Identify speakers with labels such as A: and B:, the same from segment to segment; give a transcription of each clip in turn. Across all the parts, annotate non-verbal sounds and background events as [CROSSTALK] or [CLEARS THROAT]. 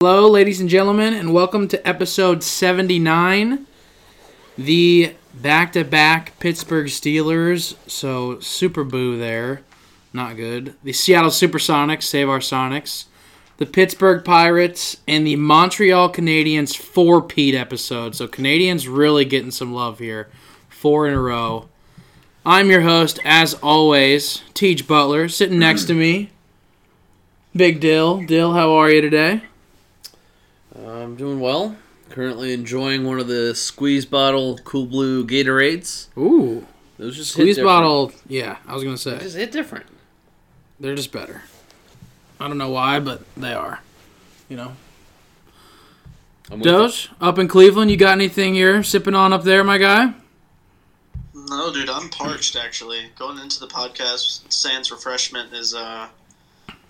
A: Hello, ladies and gentlemen, and welcome to episode 79, the back to back Pittsburgh Steelers. So, super boo there. Not good. The Seattle Supersonics, save our Sonics. The Pittsburgh Pirates, and the Montreal Canadiens four Pete episode. So, Canadians really getting some love here. Four in a row. I'm your host, as always, Teach Butler, sitting next to me. Big Dill. Dill, how are you today?
B: I'm doing well. Currently enjoying one of the squeeze bottle cool blue Gatorades.
A: Ooh.
B: Those just
A: Squeeze
B: hit different.
A: bottle, yeah, I was gonna
B: They
A: say
B: Just hit different.
A: they're just better. I don't know why, but they are. You know,
B: I'm with
A: Doge up in Cleveland, you got anything you're sipping on up there, my guy?
C: No, dude, I'm parched actually. Going into the podcast, sans refreshment is uh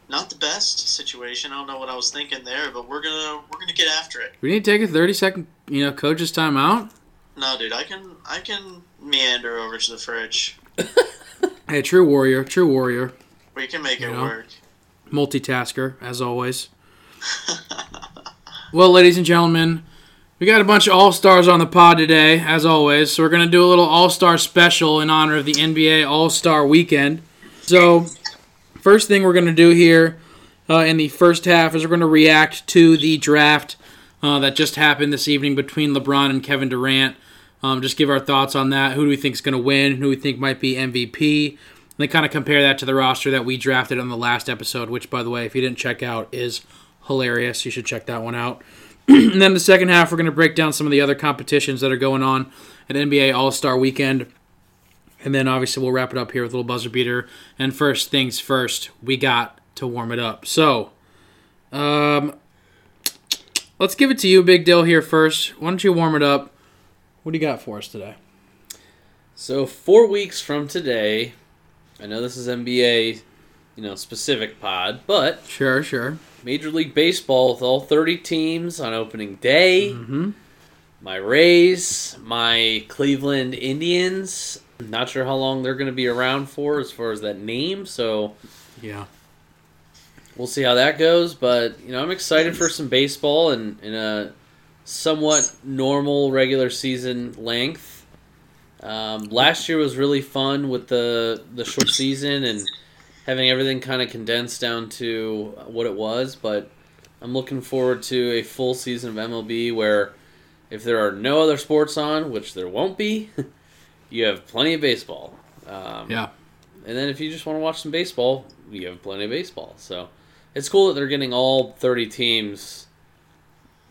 C: not the best situation. I don't know what I was thinking there, but we're gonna we're gonna get after it.
A: We need to take a thirty second, you know, coach's timeout.
C: No, dude, I can I can meander over to the fridge.
A: Hey, true warrior, true warrior,
C: We can make it
A: Yeah.
C: work.
A: multitasker as always. [LAUGHS] well, ladies and gentlemen, we got a bunch of all stars on the pod today, as always. So we're gonna do a little all star special in honor of the NBA All Star Weekend. So first thing we're gonna do here uh, in the first half is we're gonna react to the draft uh, that just happened this evening between LeBron and Kevin Durant. Um, just give our thoughts on that. Who do we think is going to win? Who do we think might be MVP? And then kind of compare that to the roster that we drafted on the last episode, which, by the way, if you didn't check out, is hilarious. You should check that one out. [CLEARS THROAT] and then the second half, we're going to break down some of the other competitions that are going on at NBA All Star Weekend. And then obviously, we'll wrap it up here with a little buzzer beater. And first things first, we got to warm it up. So, um, let's give it to you, Big Dill, here first. Why don't you warm it up? What do you got for us today?
B: So four weeks from today, I know this is NBA, you know, specific pod, but
A: Sure, sure.
B: Major League Baseball with all 30 teams on opening day.
A: Mm-hmm.
B: My Rays, my Cleveland Indians. Not sure how long they're going to be around for as far as that name, so
A: Yeah.
B: we'll see how that goes. But you know, I'm excited for some baseball and in a somewhat normal regular season length. Um, last year was really fun with the the short season and having everything kind of condensed down to what it was. But I'm looking forward to a full season of MLB where if there are no other sports on, which there won't be, [LAUGHS] you have plenty of baseball. Um,
A: Yeah.
B: and then if you just want to watch some baseball, you have plenty of baseball. So it's cool that they're getting all 30 teams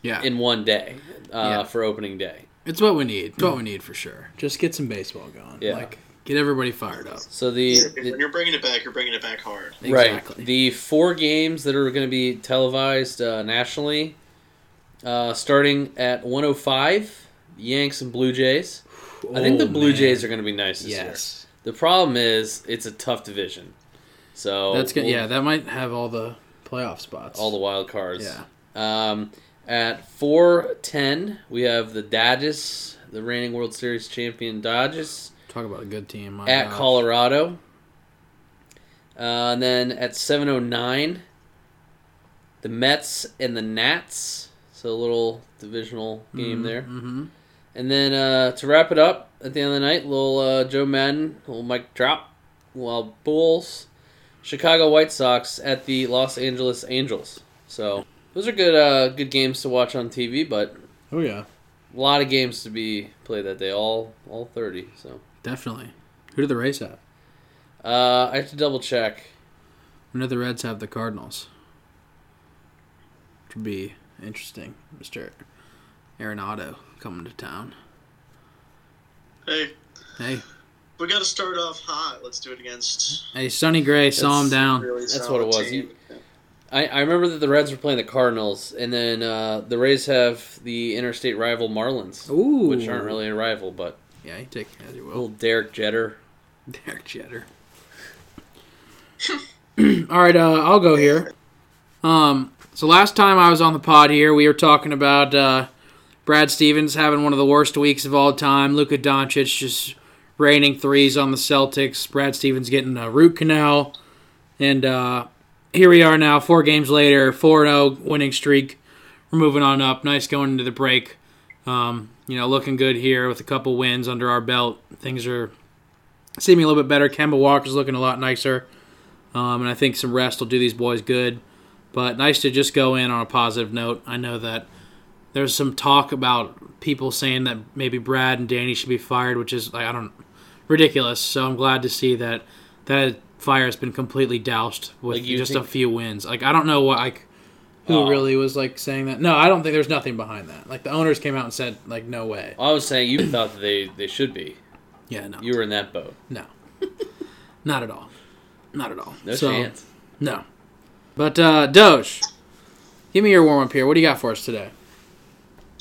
A: Yeah.
B: in one day uh,
A: Yeah.
B: for opening day.
A: it's what we need. It's what we need for sure. Just get some baseball going.
B: Yeah.
A: Like get everybody fired up.
B: So the,
C: When
B: the
C: you're bringing it back, you're bringing it back hard.
A: Exactly.
B: right the four games that are going to be televised uh, nationally, uh, starting at 105, Yanks and Blue Jays. I think the
A: Oh,
B: Blue
A: man.
B: Jays are going to be nice this
A: Yes.
B: year. The problem is it's a tough division. So
A: That's good.
B: we'll-
A: Yeah, that might have all the playoff spots.
B: Oh, all the wild cards.
A: Yeah.
B: Um, at four ten, we have the Dodgers, the reigning World Series champion Dodgers,
A: Talk about a good team. my
B: at
A: gosh.
B: Colorado. Uh, and then at seven oh nine, the Mets and the Nats. So a little divisional game there.
A: Mhm.
B: And then uh, to wrap it up at the end of the night, little uh, Joe Madden, little Mike Drop, while Bulls, Chicago White Sox at the Los Angeles Angels. So those are good uh, good games to watch on TV, but
A: Oh yeah,
B: a lot of games to be played that day, all all thirty. So
A: definitely. Who do the Rays have?
B: uh, I have to double check.
A: I know the Reds have the Cardinals. Which would be interesting, Mister Arenado coming to town.
C: Hey,
A: Hey,
C: we got to start off hot. Let's do it against.
A: hey, Sonny Gray, saw him
B: That's
A: down.
C: Really
B: That's
C: solid
B: what it was.
C: team.
B: I, I remember that the Reds were playing the Cardinals, and then uh, the Rays have the interstate rival Marlins,
A: Ooh,
B: which aren't really a rival, but
A: Yeah, you take it as you will.
B: little Derek Jeter.
A: Derek Jeter. [CLEARS THROAT] All right, uh, I'll go here. Um, so last time I was on the pod here, we were talking about uh, Brad Stevens having one of the worst weeks of all time. Luka Doncic just raining threes on the Celtics. Brad Stevens getting a root canal, and uh, here we are now, four games later, four zero oh winning streak. we're moving on up. Nice going into the break. Um, you know, looking good here with a couple wins under our belt. Things are seeming a little bit better. Kemba Walker's looking a lot nicer, um, and I think some rest will do these boys good. But nice to just go in on a positive note. I know that there's some talk about people saying that maybe Brad and Danny should be fired, which is like I don't ridiculous. So I'm glad to see that that fire has been completely doused with
B: Like, you
A: just
B: think-
A: a few wins. Like I don't know what like who
B: Oh.
A: really was like saying that. No, I don't think there's nothing behind that. Like the owners came out and said like no way.
B: I was saying you thought that they, they should be.
A: Yeah, no.
B: You were in that boat.
A: No. Not at all. Not at all.
B: No
A: So,
B: chance.
A: No. But uh Doge, give me your warm up here. What do you got for us today?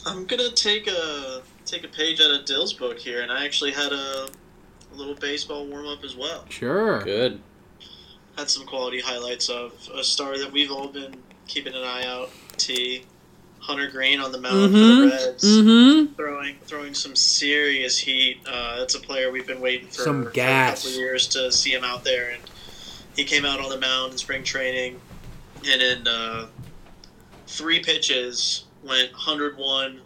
C: I'm gonna take a take a page out of Dill's book here, and I actually had a, a little baseball warm up as well.
A: Sure.
B: Good.
C: Had some quality highlights of a star that we've all been keeping an eye out. T. Hunter Green on the mound for the Reds,
A: Mm-hmm.
C: throwing throwing some serious heat. Uh, that's a player we've been waiting for,
A: Some
C: for
A: gas.
C: a couple of years to see him out there, and he came out on the mound in spring training, and in uh, three pitches went 101,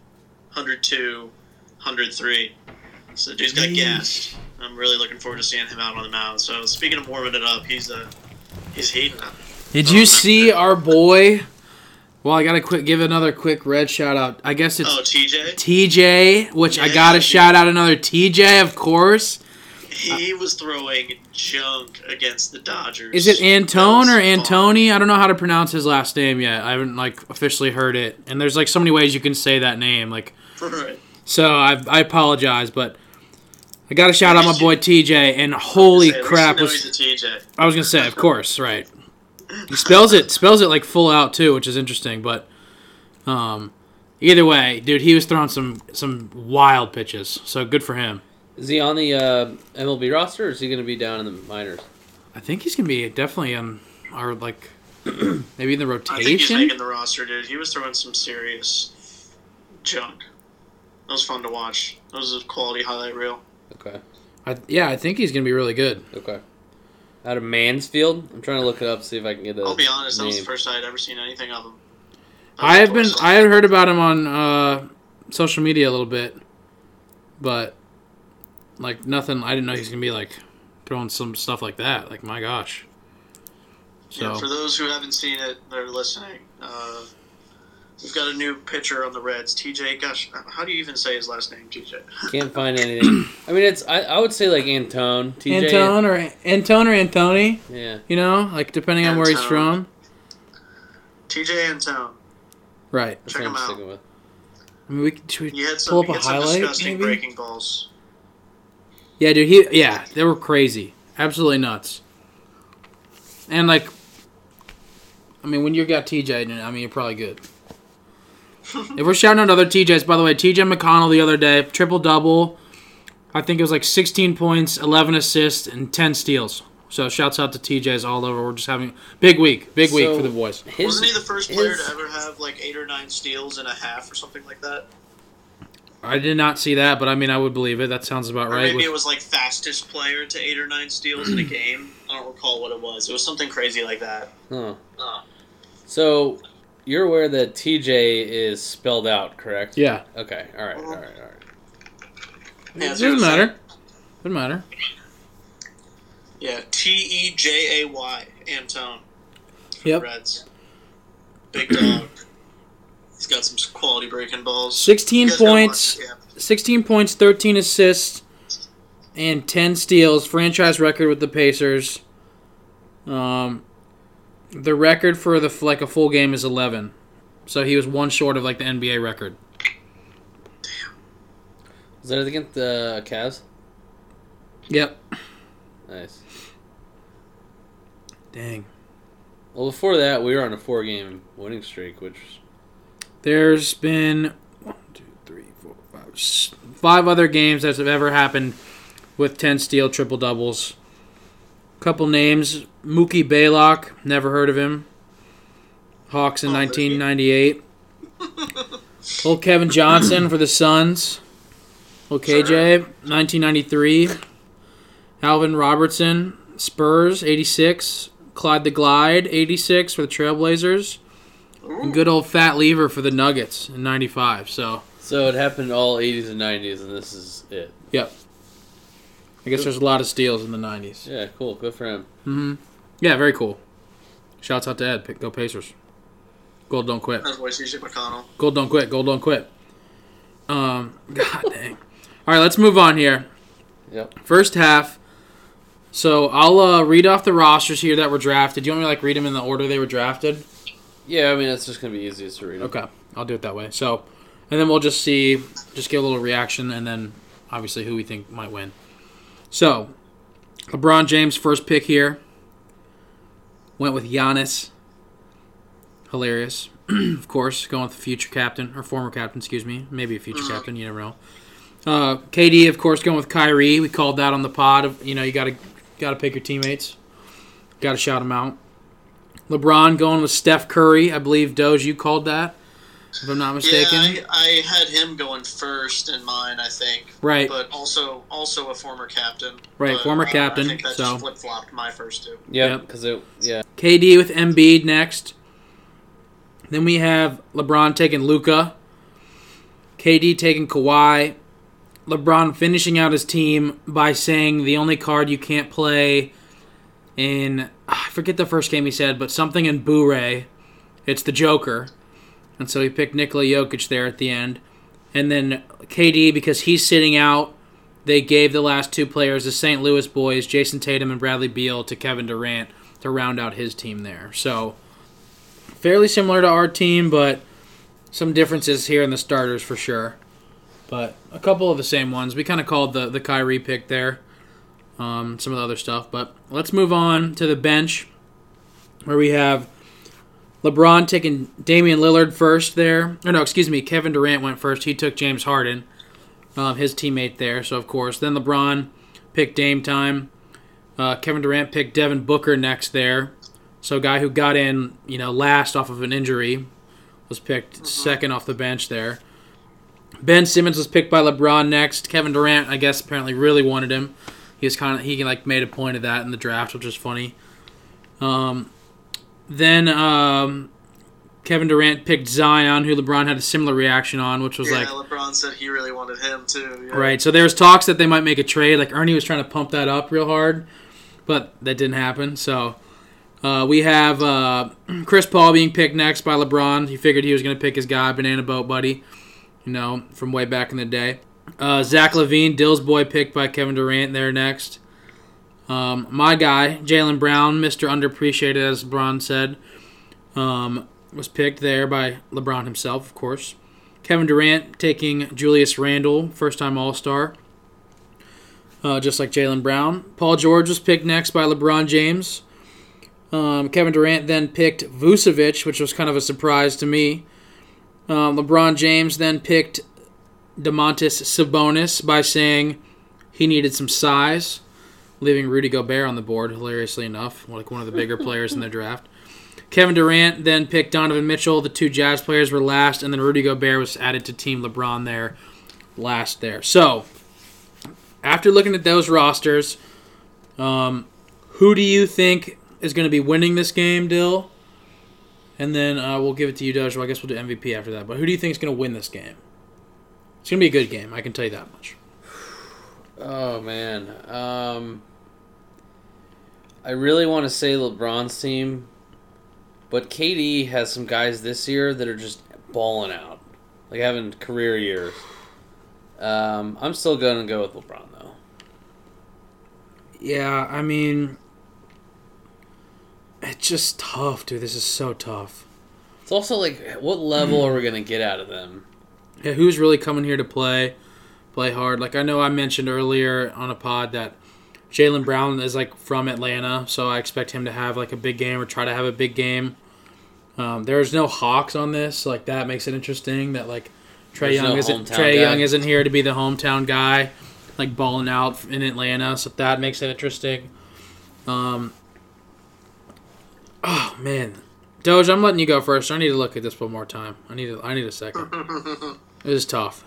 C: 102, 103. So the dude's got
A: Yeesh.
C: gassed. I'm really looking forward to seeing him out on the mound. So speaking of warming it up, he's uh, he's heating up.
A: Did you see our boy? Well, I gotta quick give another quick red shout out. I guess it's [LAUGHS]
C: Oh, TJ,
A: TJ, which I
C: Yeah,
A: gotta
C: dude.
A: shout out another TJ, of course.
C: he was throwing junk against the Dodgers.
A: Is it Antone
C: That
A: or
C: was fun.
A: Antoni? I don't know how to pronounce his last name yet. I haven't like officially heard it. And there's like so many ways you can say that name. Like
C: [LAUGHS] Right.
A: So I, I apologize, but I got to shout out my boy TJ. And
C: Say,
A: holy
C: at least
A: crap,
C: you know
A: was,
C: he's a TJ.
A: I was gonna say, of course, right? He spells it spells it like full out too, which is interesting. But um, either way, dude, he was throwing some some wild pitches. So good for him.
B: Is he on the uh, MLB roster or is he going to be down in the minors?
A: I think he's gonna be definitely on our like [CLEARS THROAT] maybe in the
C: I think he's
A: rotation.
C: making the roster, dude. He was throwing some serious junk. That was fun to watch. That was a quality highlight reel.
B: Okay.
A: I, yeah, I think he's gonna be really good.
B: Okay. Out of Mansfield? I'm trying to look it up, see if I can get the.
C: I'll be honest, that was the
B: name.
C: first I'd ever seen anything of him.
A: I have been I
C: have
A: had heard about him on uh, social media a little bit, but like nothing. I didn't know he's gonna be like throwing some stuff like that. Like my gosh. So
C: for those who haven't seen it, they're listening. Uh, we've got a new pitcher on the Reds, TJ. Gosh, how do you even say his last name, TJ?
B: Can't find anything. I mean, it's. I, I would say like Antone. TJ.
A: Antone or Antone or Antoni,
B: Yeah.
A: you know, like depending on where he's
C: Antone.
A: from.
C: TJ Antone.
A: Right.
B: That's
C: Check
B: what I'm
C: him out.
B: sticking with.
A: I mean, we could, should
C: He
A: we
C: had
A: pull
C: some,
A: up
C: he
A: a
C: had some
A: highlight
C: disgusting
A: maybe.
C: breaking balls.
A: Yeah, dude. He yeah, they were crazy, absolutely nuts. And like, I mean, when you got TJ, in it, I mean, you're probably good. if we're shouting out other TJs, by the way, TJ McConnell the other day triple double. I think it was like 16 points, 11 assists, and 10 steals. So shouts out to TJs all over. We're just having big week, big week
B: So-
A: for the boys.
B: His,
C: Wasn't he the first player
B: his-
C: to ever have like eight or nine steals and a half or something like that?
A: I did not see that, but I mean, I would believe it. That sounds about
C: Or
A: right.
C: maybe
A: with-
C: it was like fastest player to eight or nine steals in a game. I don't recall what it was. It was something crazy like that.
B: Huh.
C: Uh,
B: So you're aware that TJ is spelled out, correct?
A: yeah,
B: Okay. All right. All right. All right.
C: yeah, that's what I'm
A: doesn't
C: saying.
A: matter. Doesn't matter.
C: Yeah, T E J A Y Antone. for
A: Yep.
C: the Reds. Big dog. He's got some quality breaking balls.
A: 16
C: You guys gotta watch
A: points.
C: it, yeah.
A: 16 points, 13 assists, and 10 steals. Franchise record with the Pacers. Um, the record for the like a full game is 11. So he was one short of like the NBA record.
B: Is that against the Cavs?
A: Yep.
B: Nice.
A: Dang.
B: Well, before that, we were on a four-game winning streak, which
A: There's been one, two, three, four, five, s- five other games that have ever happened with 10 steal triple doubles. Couple names: Mookie Baylock, never heard of him. Hawks in
C: Oh,
A: 1998. Old Kevin Johnson for the Suns. Old KJ, 1993. Alvin Robertson, Spurs, 86. Clyde the Glide, 86 for the Trailblazers. and good old Fat Lever for the Nuggets in '95. So,
B: So it happened all 80s and 90s, and this is it.
A: yep. I guess there's a lot of steals in the '90s.
B: Yeah, cool. Good for him.
A: hmm Yeah, very cool. Shouts out to Ed. Pick- Go Pacers. Gold don't quit.
C: As was CJ McConnell.
A: Gold don't quit. Gold don't quit. Um, God dang. All right, let's move on here.
B: Yep.
A: First half. So I'll uh, read off the rosters here that were drafted. Do you want me to like read them in the order they were drafted?
B: Yeah, I mean, that's just going to be easiest to read.
A: Okay, I'll do it that way. So, and then we'll just see, just get a little reaction, and then obviously who we think might win. So, LeBron James first pick here went with Giannis. Hilarious, [CLEARS THROAT] of course, going with the future captain or former captain, excuse me, maybe a
C: Mm-hmm.
A: future captain. You never know. Uh, KD, of course, going with Kyrie. We called that on the pod. Of you know, you gotta gotta pick your teammates, gotta shout them out. LeBron going with Steph Curry. I believe Doge, you called that, if I'm not
C: Yeah,
A: mistaken.
C: I, I had him going first in mine, I think.
A: right.
C: But also, also a former captain.
A: Right,
C: But,
A: former
C: uh,
A: captain,
C: I think that
A: so-
C: just flip flopped my first two.
B: Yeah,
A: Yep.
B: because it. Yeah.
A: KD with Embiid next. Then we have LeBron taking Luca. KD taking Kawhi. LeBron finishing out his team by saying the only card you can't play in ah, I forget the first game he said, but something in Bure. It's the Joker. And so he picked Nikola Jokic there at the end. And then KD because he's sitting out they gave the last two players, the St. Louis boys, Jason Tatum and Bradley Beal, to Kevin Durant to round out his team there. So fairly similar to our team, but some differences here in the starters for sure. But a couple of the same ones. We kind of called the the Kyrie pick there, um, some of the other stuff. But let's move on to the bench, where we have LeBron taking Damian Lillard first there. Or no, excuse me, Kevin Durant went first. He took James Harden um, his teammate there. So of course, then LeBron picked Dame time. Uh, Kevin Durant picked Devin Booker next there. So a guy who got in, you know, last off of an injury was picked second off the bench there. Ben Simmons was picked by LeBron next. Kevin Durant, I guess, apparently really wanted him. He was kind of he like made a point of that in the draft, which is funny. Um, then um, Kevin Durant picked Zion, who LeBron had a similar reaction on, which was
C: Yeah,
A: like
C: LeBron said he really wanted him too. yeah.
A: Right. So there was talks that they might make a trade. Like Ernie was trying to pump that up real hard, but that didn't happen. So uh, we have uh, [CLEARS THROAT] Chris Paul being picked next by LeBron. He figured he was going to pick his guy, Banana Boat Buddy, you know, from way back in the day. Uh, Zach Levine, Dill's boy, picked by Kevin Durant there next. Um, my guy, Jalen Brown, Mr. Underappreciated, as LeBron said, um, was picked there by LeBron himself, of course. Kevin Durant taking Julius Randle, first time All Star, uh, just like Jalen Brown. Paul George was picked next by LeBron James. Um, Kevin Durant then picked Vucevic, which was kind of a surprise to me. Um, LeBron James then picked DeMontis Sabonis by saying he needed some size, leaving Rudy Gobert on the board, hilariously enough, like one of the bigger players in the draft. Kevin Durant then picked Donovan Mitchell. The two Jazz players were last, and then Rudy Gobert was added to Team LeBron there, last there. So, after looking at those rosters, um, who do you think is going to be winning this game, Dill? And then uh, we'll give it to you, Dojo. I guess we'll do MVP after that. But who do you think is going to win this game? It's going to be a good game. I can tell you that much.
B: Oh man. Um. I really want to say LeBron's team, but KD has some guys this year that are just balling out, like having career years. Um, I'm still gonna go with LeBron though.
A: Yeah, I mean, it's just tough, dude. This is so tough.
B: It's also like, what level are we gonna get out of them?
A: Yeah, who's really coming here to play, play hard? Like I know I mentioned earlier on a pod that Jalen Brown is like from Atlanta, so I expect him to have like a big game or try to have a big game. Um, there's no Hawks on this, like that makes it interesting. That like Trey
B: There's
A: Young
B: no
A: isn't
B: hometown
A: Trey
B: guy.
A: Young isn't here to be the hometown guy, like balling out in Atlanta, so that makes it interesting. Um, oh man, Doge, I'm letting you go first. I need to look at this one more time. I need a, I need a second. It is tough.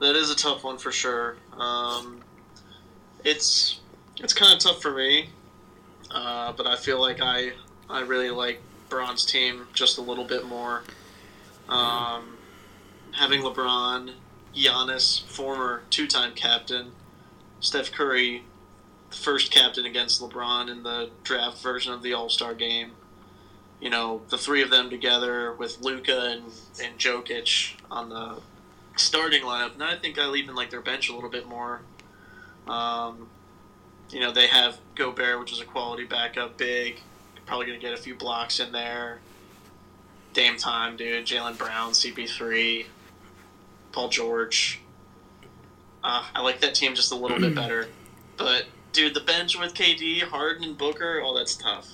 C: That is a tough one for sure. Um, it's it's kind of tough for me, uh, but I feel like I I really like LeBron's team just a little bit more. Um, having LeBron, Giannis, former two-time captain, Steph Curry, the first captain against LeBron in the draft version of the All Star game. You know, the three of them together with Luca and, and Jokic on the starting lineup. And I think I'll even like their bench a little bit more. Um, you know, they have Gobert, which is a quality backup, big. Probably going to get a few blocks in there. Dame time, dude. Jalen Brown, CP3, Paul George. Uh, I like that team just a little
A: [CLEARS THROAT]
C: bit better. But, dude, the bench with KD, Harden, and Booker, all that's tough.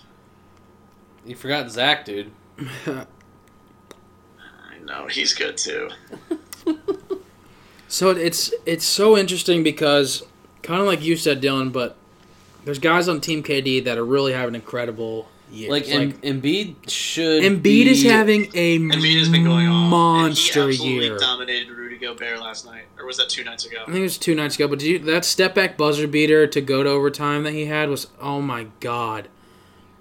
B: You forgot Zach, dude.
C: I know, he's good too.
A: So it's it's so interesting because kind of like you said, Dylan, but there's guys on Team KD that are really having incredible years.
B: Like, em- Embiid should.
A: Embiid
B: be-
A: is having a
C: Embiid has been going on.
A: monster
C: and he absolutely
A: year.
C: dominated Rudy Gobert last night. Or was that two nights ago?
A: I think it was two nights ago, but did you, that step back buzzer beater to go to overtime that he had was oh my god,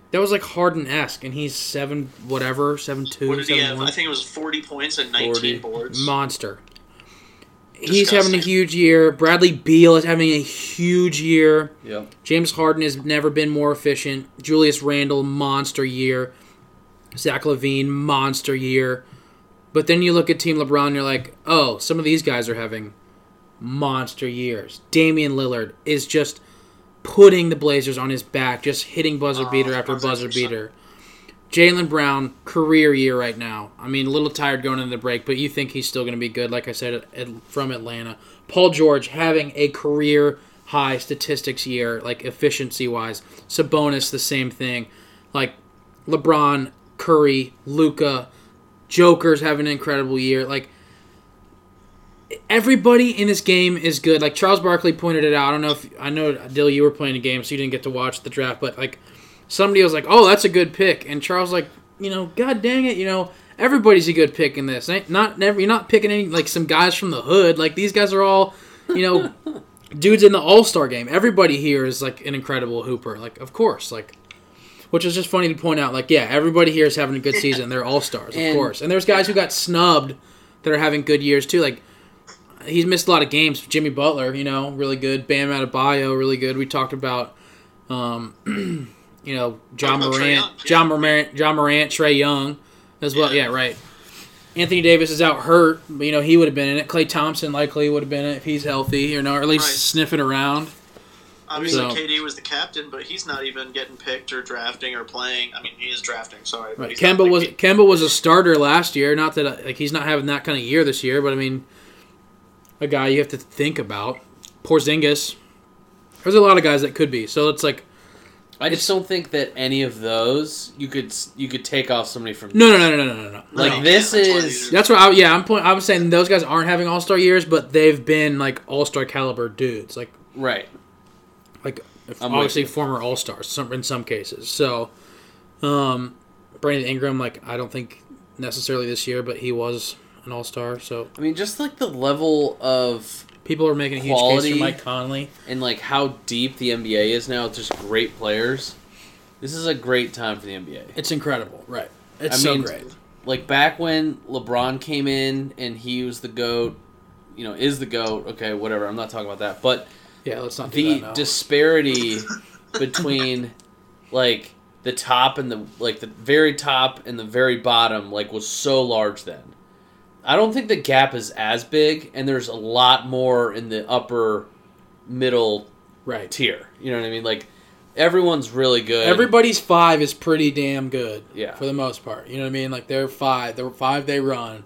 A: that was like Harden esque, and he's seven whatever seven two
C: What did he
A: seven
C: have?
A: one.
C: I think it was 40 points and 19
B: 40.
C: boards.
A: monster. He's
C: Disgusting.
A: having a huge year. Bradley Beal is having a huge year.
B: Yep.
A: James Harden has never been more efficient. Julius Randle, monster year. Zach Levine, monster year. But then you look at Team LeBron, you're like, oh, some of these guys are having monster years. Damian Lillard is just putting the Blazers on his back, just hitting buzzer
C: Oh,
A: beater after
C: 100%.
A: buzzer beater. Jalen Brown, career year right now. I mean, a little tired going into the break, but you think he's still going to be good, like I said, at, at- from Atlanta. Paul George having a career high statistics year, like efficiency wise. Sabonis, the same thing. Like LeBron, Curry, Luca, Joker's having an incredible year. Like, everybody in this game is good. Like Charles Barkley pointed it out. I don't know if I know Dill, you were playing a game, so you didn't get to watch the draft. But like somebody was like, "Oh, that's a good pick," and Charles like, you know, God dang it, you know, everybody's a good pick in this. Ain't not never you're not picking any like some guys from the hood. Like these guys are all, you know, dudes in the All Star game. Everybody here is like an incredible hooper. Like of course, like. Which is just funny to point out. Like, yeah, everybody here is having a good season. They're all stars, of
B: And-
A: course. And there's guys who got snubbed that are having good years too. Like he's missed a lot of games. Jimmy Butler, you know, really good. Bam Adebayo, really good. We talked about, um, [CLEARS THROAT] you know, John
C: What about Trae Young?
A: Morant, John Morant, John Morant, Trey Young, as well. Yeah,
C: Yeah.
A: right. Anthony Davis is out hurt, but you know he would have been in it. Clay Thompson likely would have been in it if he's healthy, you know, or at least
C: Right.
A: sniffing around.
C: Obviously,
A: So-
C: KD was the captain, but he's not even getting picked or drafting or playing. I mean, he is drafting. Sorry, but
A: Right.
C: he's not,
A: Kemba
C: like,
A: was
C: being-
A: Kemba was a starter last year. Not that uh, like he's not having that kind of year this year, but I mean, a guy you have to think about. Porzingis. There's a lot of guys that could be. So it's like
B: I just don't think that any of those you could s- you could take off somebody from.
A: No, no, no, no, no, no, no.
B: Like
C: No,
B: this
C: that's why
B: is.
C: these are-
A: That's what I yeah, I'm point I'm saying those guys aren't having all star years, but they've been like all star caliber dudes. Like
B: Right.
A: like if-
B: I'm with
A: obviously
B: you.
A: former all stars some in some cases. So um Brandon Ingram, like I don't think necessarily this year, but he was an all star, so
B: I mean, just like the level of
A: people are making a huge case
B: Quality.
A: for Mike Conley.
B: and like how deep the NBA is now. It's just great players. This is a great time for the NBA.
A: It's incredible, right. It's
B: I
A: so
B: mean,
A: great.
B: like back when LeBron came in and he was the goat, you know, is the goat. Okay, whatever. I'm not talking about that, but
A: Yeah, let's not do
B: the
A: that now. [LAUGHS]
B: disparity between like the top and the like the very top and the very bottom like was so large then. I don't think the gap is as big, and there's a lot more in the upper middle
A: right.
B: tier. You know what I mean? Like everyone's really good.
A: Everybody's five is pretty damn good.
B: Yeah.
A: For the most part. You know what I mean? Like they're five. They're five they run.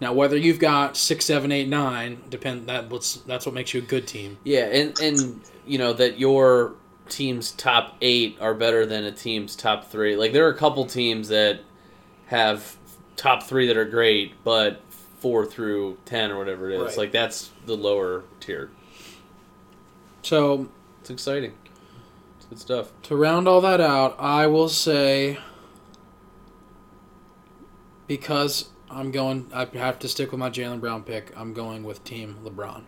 A: Now whether you've got six, seven, eight, nine, depend that what's that's what makes you a good team.
B: Yeah, and and you know that your team's top eight are better than a team's top three. Like there are a couple teams that have top three that are great, but four through ten or whatever it is,
A: Right.
B: like that's the lower tier.
A: So
B: It's exciting. It's good stuff.
A: to round all that out, I will say because I'm going I have to stick with my Jalen Brown pick, I'm going with team LeBron.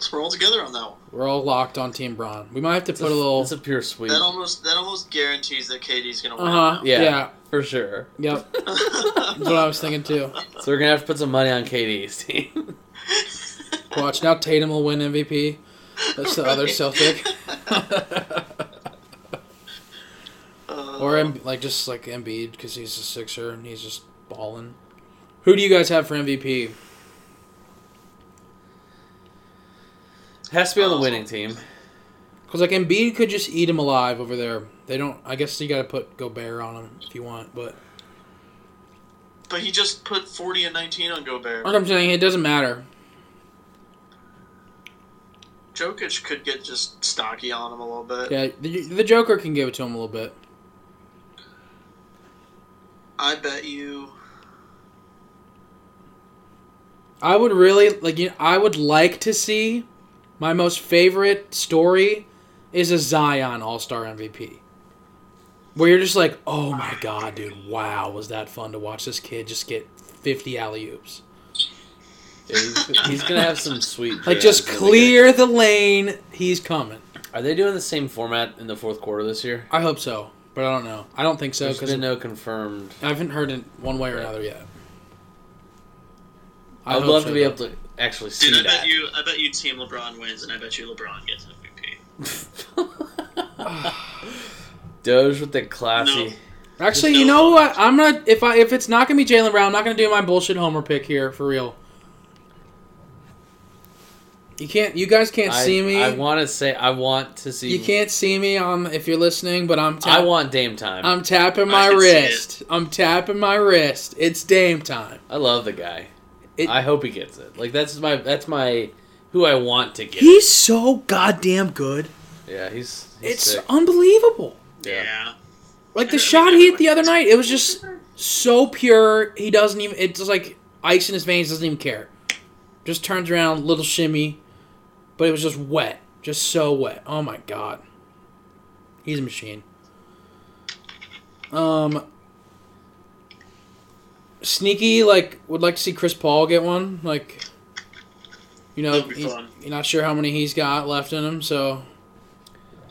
C: So we're all together on that one.
A: We're all locked on Team Braun. We might have to
B: It's
A: put a,
B: a,
A: little
B: It's a pure sweep.
C: That almost that almost guarantees that KD's gonna win.
A: Uh huh.
B: Yeah.
A: Yeah.
B: for sure.
A: Yep, that's what I was thinking
B: [LAUGHS]
A: too.
B: So we're gonna have to put some money on KD's team. [LAUGHS]
A: Watch now, Tatum will win MVP. That's the other
C: Right.
A: Celtic,
C: [LAUGHS] Uh,
A: or Em- like just like Embiid because he's a sixer and he's just balling. Who do you guys have for MVP?
B: Has to be on the winning team.
A: Because like Embiid could just eat him alive over there. They don't. I guess you got to put Gobert on him if you want, but
C: but he just put 40 and 19 on Gobert.
A: like I'm saying, it doesn't matter.
C: Jokic could get just stocky on him a little bit.
A: Yeah, the, the Joker can give it to him a little bit.
C: I bet you.
A: I would really like. You know, I would like to see. My most favorite story is a Zion All Star MVP, where you're just like, "Oh my
B: Ah,
A: god, dude! Wow, was that fun to watch this kid just get 50 alley oops?
B: Yeah, He's, he's gonna have some sweet.
A: Like,
B: jams
A: just
B: when we
A: clear the lane. He's coming.
B: get- Are they doing the same format in the fourth quarter this year?
A: I hope so, but I don't know. I don't think so
B: There's
A: because
B: been no confirmed.
A: I haven't heard it one way or another yet.
B: I would
A: hope
B: love
A: so,
B: to be
A: though.
B: able to actually see
C: Dude, I
B: that.
C: bet you. I bet you Team LeBron wins, and I bet you LeBron gets MVP.
B: [SIGHS] Doge with the classy.
C: No.
A: Actually,
C: There's
A: you
C: no-
A: know what? I'm gonna if I if it's not gonna be Jalen Brown, I'm not gonna do my bullshit homer pick here for real. You can't. You guys can't
B: I,
A: see me.
B: I want to say I want to see.
A: you can't see me. Um, if you're listening, but I'm.
B: I
A: Tap-
B: want Dame time. i
A: I'm tapping my
C: I can see it.
A: wrist. I'm tapping my wrist. It's Dame time.
B: love the guy.
A: It-
B: I hope he gets it. Like that's my that's my who I want to get.
A: He's so goddamn good.
B: yeah, he's, he's
A: It's
B: sick.
A: unbelievable.
B: Yeah.
A: Like the shot he hit the other night, it was just so pure. He doesn't even. It's just like ice in his veins. Doesn't even care. Just turns around, little shimmy, but it was just wet, just so wet. Oh my god, he's a machine. Um, sneaky like would like to see Chris Paul get one. Like, you know,
C: That'd be
A: he's-
C: fun.
A: you're not sure how many he's got left in him, so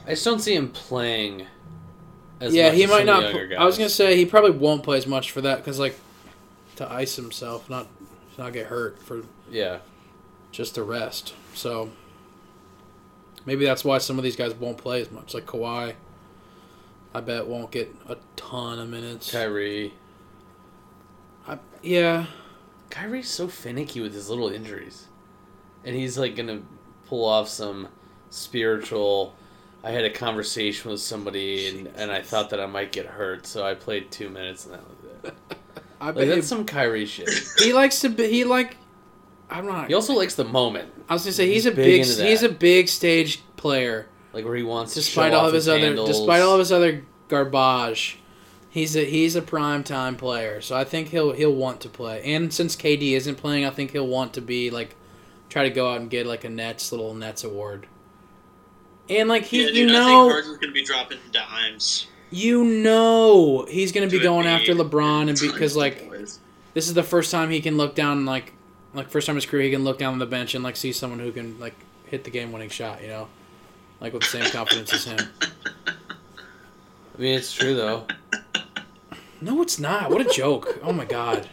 B: I just don't see him playing. As
A: yeah,
B: much
A: he
B: as
A: might
B: some of
A: not.
B: the
A: pl-
B: younger
A: I was
B: guys.
A: gonna say he probably won't play as much for that because like to ice himself, not to not get hurt for
B: Yeah,
A: just the rest. So maybe that's why some of these guys won't play as much. Like Kawhi, I bet won't get a ton of minutes.
B: Kyrie.
A: I, yeah,
B: Kyrie's so finicky with his little injuries, and he's like gonna pull off some spiritual. I had a conversation with somebody, and, and I thought that I might get hurt, so I played two minutes, and that was
A: [LAUGHS]
B: it.
A: I
B: Like
A: bet
B: that's some Kyrie shit.
A: he, he likes to. Be, he like. I'm not.
B: He also likes the moment,
A: I was gonna say he's,
B: he's
A: a
B: big
A: big.
B: into that.
A: he's a big stage player.
B: like where he wants to
A: despite
B: show
A: all
B: off
A: of his, other
B: handles.
A: despite all of his other garbage he's a he's a prime time player so i think he'll he'll want to play and since kd isn't playing i think he'll want to be like try to go out and get like a nets little nets award and like he
C: yeah, dude,
A: you
C: I think
A: know
C: Harden's gonna be dropping dimes.
A: you know he's gonna be
C: to
A: going
C: Embiid
A: after lebron and
C: Tons
A: because
C: of
A: like
C: boys.
A: this is the first time he can look down like like first time in his career he can look down on the bench and like see someone who can like hit the game winning shot you know like with the same confidence as him
B: I mean, it's true though.
A: No, it's not. What a joke. Oh my god.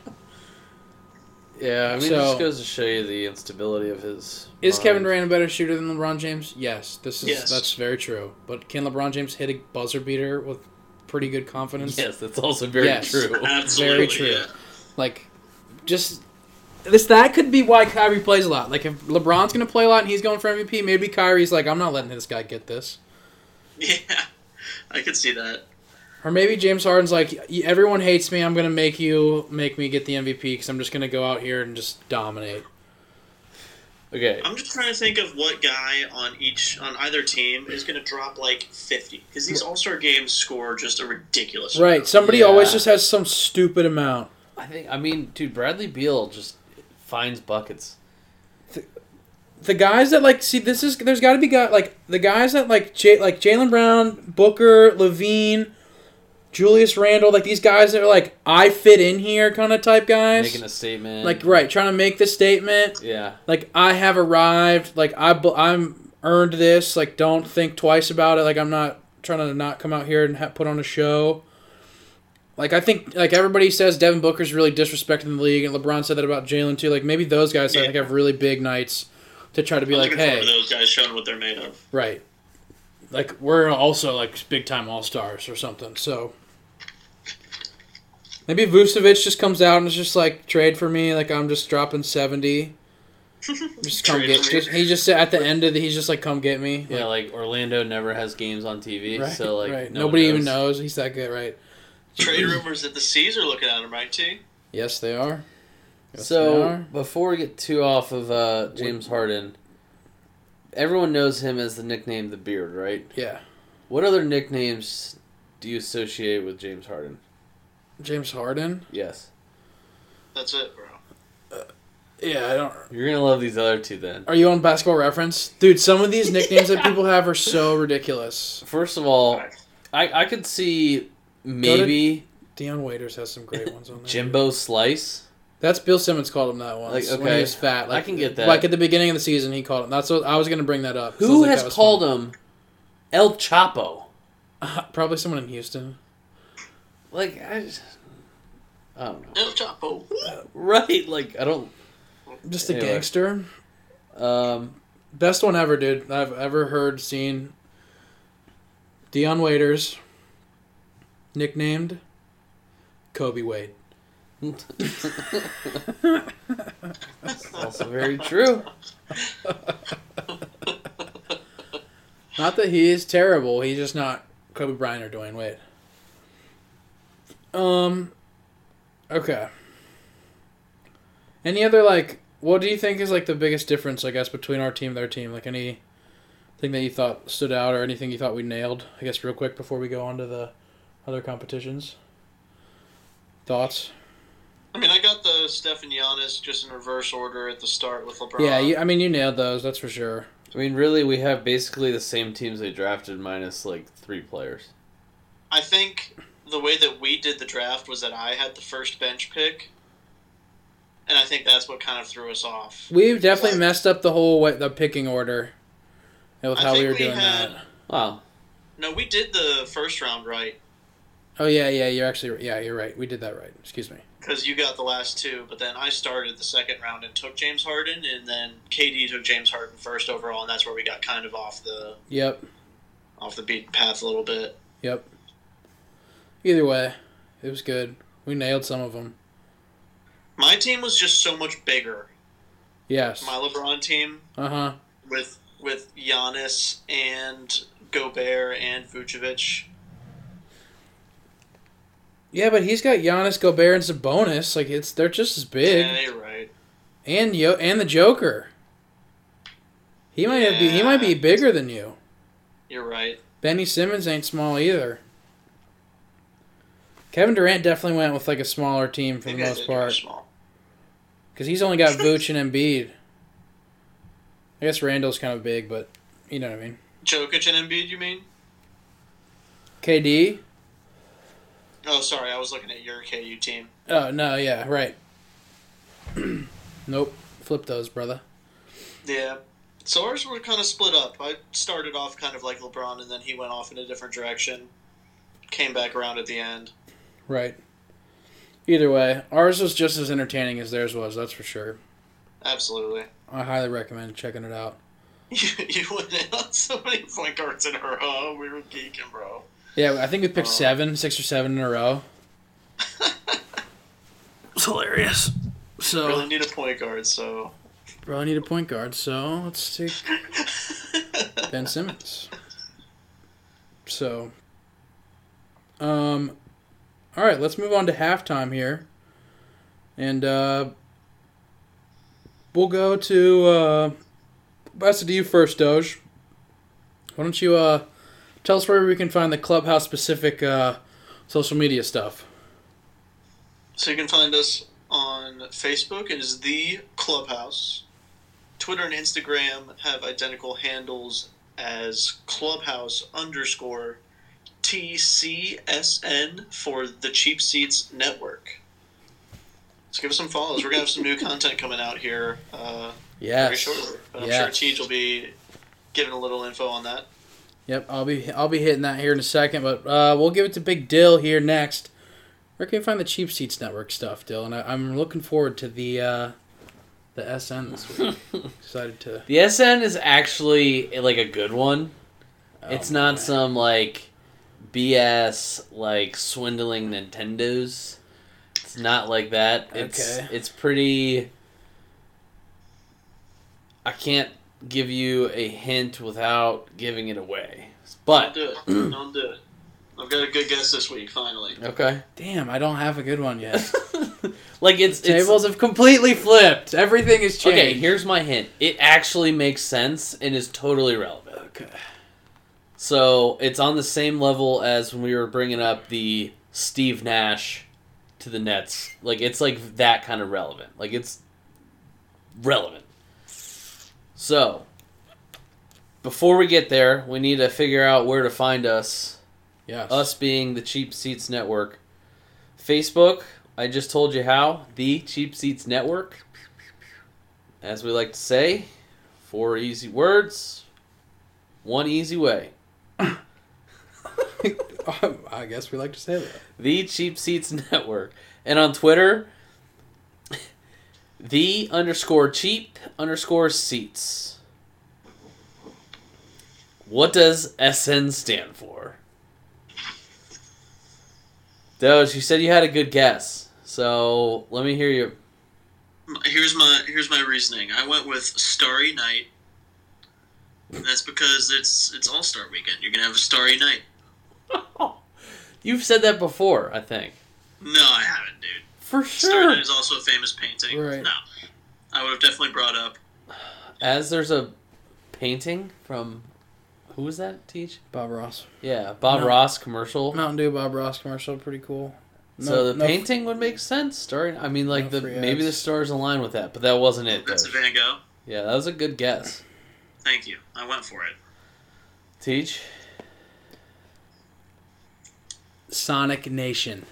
B: Yeah, I mean, it
A: So-
B: just goes to show you the instability of his.
A: Is Kevin
B: mind.
A: Durant a better shooter than LeBron James? Yes. This is
C: Yes.
A: that's very true. But can LeBron James hit a buzzer beater with pretty good confidence?
B: Yes, that's also very
A: Yes.
B: true.
C: Absolutely.
A: Very true.
C: yeah.
A: Like just this that could be why Kyrie plays a lot. Like if LeBron's gonna play a lot and he's going for MVP, maybe Kyrie's like, I'm not letting this guy get this.
C: [LAUGHS] Yeah, I could see that.
A: Or maybe James Harden's like, "Y- everyone hates me. I'm gonna make you make me get the MVP because I'm just gonna go out here and just dominate.
B: Okay,
C: I'm just trying to think of what guy on each on either team is going to drop like 50 because these All Star games score just a ridiculous.
A: Right?
C: amount.
A: Somebody always
B: Yeah.
A: just has some stupid amount.
B: I think I mean, dude, Bradley Beal just finds buckets.
A: the guys that like see this is there's got to be guy like the guys that like J, like Jalen Brown, Booker, Levine, Julius Randle, like these guys that are like I fit in here kind of type guys.
B: making a statement.
A: like right, trying to make the statement
B: yeah,
A: like I have arrived, like I bel- I'm earned this, like don't think twice about it, like I'm not trying to not come out here and ha- put on a show. Like I think like everybody says Devin Booker's really disrespecting the league, and LeBron said that about Jalen too. Like maybe those guys I
D: Yeah.
A: think have really big nights to try to be
D: I'm
A: like,
D: looking forward to
A: hey,
D: those guys showing what they're made of.
A: right, like we're also like big time all stars or something. So maybe Vucevic just comes out and is just like trade for me. Like I'm just
D: [LAUGHS]
A: dropping seventy. Just come
D: Trade
A: get.
D: for me.
A: Just, he just said at the end of the he's just like come get me.
B: Yeah, like Orlando never has games on TV,
A: Right,
B: so like
A: right.
B: no one
A: nobody even knows he's that good, right?
C: Trade rumors that the Seas are looking at him, right, T?
A: Yes, they are. Yes, they
B: So
A: are.
B: before we get too off of uh, James Harden, everyone knows him as the nickname the Beard, right?
A: yeah,
B: What other nicknames do you associate with James Harden?
A: James Harden.
B: Yes,
C: That's it, bro.
A: Yeah, I don't.
B: you're gonna love these other two then.
A: Are you on Basketball Reference, dude? Some of these nicknames that people have are so ridiculous.
B: First of
A: Oh.
B: all, I I could see maybe
A: Dion Waiters has some great ones on there.
B: Jimbo Slice.
A: That's Bill Simmons called him that once
B: Like,
A: when
B: okay,
A: he was fat.
B: I
A: Like,
B: can get that.
A: Like at the beginning of the season, he called him. That's what I was gonna bring that up. 'cause I was
B: Who
A: like,
B: has
A: that was
B: called him El Chapo?
A: fun. Probably someone in Houston.
B: Like I just, I don't know.
C: El Chapo.
B: Right? Like I don't.
A: Just a
B: Anyway.
A: gangster.
B: Um,
A: Best one ever, dude. I've ever heard, seen. Dion Waiters, nicknamed Kobe Wade.
B: also very true.
A: Not that he is terrible. He's just not Kobe Bryant or Dwayne Wade. Um. Okay. Any other like? What do you think is like the biggest difference? I guess between our team, and their team. Like any thing that you thought stood out, or anything you thought we nailed. I guess real quick before we go on to the other competitions. Thoughts?
C: I mean, I got the Steph and Giannis just in reverse order at the start with LeBron.
A: Yeah. You, I mean, you nailed those. That's for sure.
B: I mean, really, we have basically the same teams they drafted minus like three players.
C: I think the way that we did the draft was that I had the first bench pick, and I think that's what kind of threw us off.
A: We've definitely messed up the whole way, the picking order, and with
C: I
A: how we
C: think
A: were
C: we
A: doing
C: had-
A: that.
B: Wow. [LAUGHS]
C: No, we did the first round right
A: Oh yeah, yeah. You're actually yeah. You're right. We did that right. Excuse me.
C: because you got the last two, but then I started the second round and took James Harden, and then KD took James Harden first overall, and that's where we got kind of off the
A: Yep.
C: off the beaten path a little bit.
A: Yep. Either way, it was good. We nailed some of them.
C: My team was just so much bigger.
A: Yes.
C: My LeBron team
A: Uh huh.
C: with with Giannis and Gobert and Vucevic.
A: Yeah, but he's got Giannis, Gobert, and Sabonis. Like it's they're just as big.
C: Yeah, you're right.
A: And yo and the Joker. He might have be he might be
C: Yeah.
A: bigger than you.
C: You're right.
A: Benny Simmons ain't small either. Kevin Durant definitely went with like a smaller team for the
C: You guys
A: most
C: are
A: part
C: small.
A: because he's only got Vooch and Embiid. I guess Randall's kind of big, but you know what I mean.
C: Jokic and Embiid, you mean?
A: KD,
C: Oh, sorry, I was looking at your KU team.
A: Oh no, yeah, right. [CLEARS THROAT] nope, flip those, brother.
C: Yeah. So ours were kind of split up. I started off kind of like LeBron, and then he went off in a different direction. Came back around at the end.
A: Right. Either way, ours was just as entertaining as theirs was. That's for sure.
C: Absolutely. [LAUGHS]
A: I highly recommend checking it out.
C: You, you went in on so many point guards in a row. We were geeking, bro. [LAUGHS]
A: Yeah, I think we picked
C: Oh.
A: seven, six or seven in a row. It's hilarious. So
C: Really need a point guard, so. [LAUGHS]
A: bro, I need a point guard. So let's take Ben Simmons. So, um, all right, let's move on to halftime here, and uh, we'll go to uh, that's to you first, Doge. Why don't you uh, tell us where we can find the clubhouse specific uh, social media stuff?
C: So you can find us on Facebook. It is the Clubhouse. Twitter and Instagram have identical handles as Clubhouse underscore TCSN for the Cheap Seats Network. So give us some follows. We're gonna have some new content coming out here uh, very
A: Yes.
C: shortly. But I'm
A: Yes.
C: sure Tej will be giving a little info on that.
A: Yep, I'll be I'll be hitting that here in a second, but uh, we'll give it to Big Dill here next Where can you find the Cheap Seats Network stuff, Dylan? I, I'm looking forward to the uh, the SN this
B: [LAUGHS]
A: week. Excited to.
B: The SN is actually like a good one. it's
A: Oh,
B: not
A: man.
B: some like BS like swindling Nintendo's. It's not like that. It's
A: Okay.
B: it's pretty I can't give you a hint without giving it away.
C: Don't
B: But
C: do
A: Mm.
C: it. Don't do it. I've got a good guess this week, finally.
B: okay.
A: Damn, I don't have a good one yet. [LAUGHS]
B: [LAUGHS] like it's, it's
A: Tables have completely flipped. Everything is changed.
B: Okay, here's my hint. It actually makes sense and is totally relevant.
A: Okay.
B: So it's on the same level as when we were bringing up the Steve Nash to the Nets. Like it's like that kind of relevant. Like it's relevant. So before we get there, we need to figure out where to find us.
A: Yes. [LAUGHS]
B: Us being the Cheap Seats Network, Facebook. I just told you how the Cheap Seats Network, as we like to say, four easy words, one easy way.
A: Oh, I guess we like to say that.
B: the Cheap Seats [LAUGHS] Network. And on Twitter, [LAUGHS] the underscore cheap underscore seats. What does SN stand for? Doge, you said you had a good guess. So let me hear you.
C: Here's my here's my reasoning. I went with Starry Night. And that's because it's it's All Star Weekend. You're gonna have a Starry Night.
B: You've said that before, I think.
C: No, I haven't, dude.
B: For
C: Starry
B: sure.
C: Night is also a famous painting.
A: Right.
C: No, I would have definitely brought up.
B: As there's a painting from. Who was that, Teach?
A: Bob Ross.
B: Yeah, Bob
A: No.
B: Ross commercial.
A: Mountain Dew Bob Ross commercial, pretty cool.
B: so the
A: no-
B: painting would make sense. Starting, I mean, like
A: no
B: the
A: free
B: maybe the
A: ads.
B: stars align with that, but that wasn't it.
C: That's a
B: though.
C: Van Gogh.
B: Yeah, that was a good guess.
C: Thank you. I went for it.
B: Teach.
A: Sonic Nation.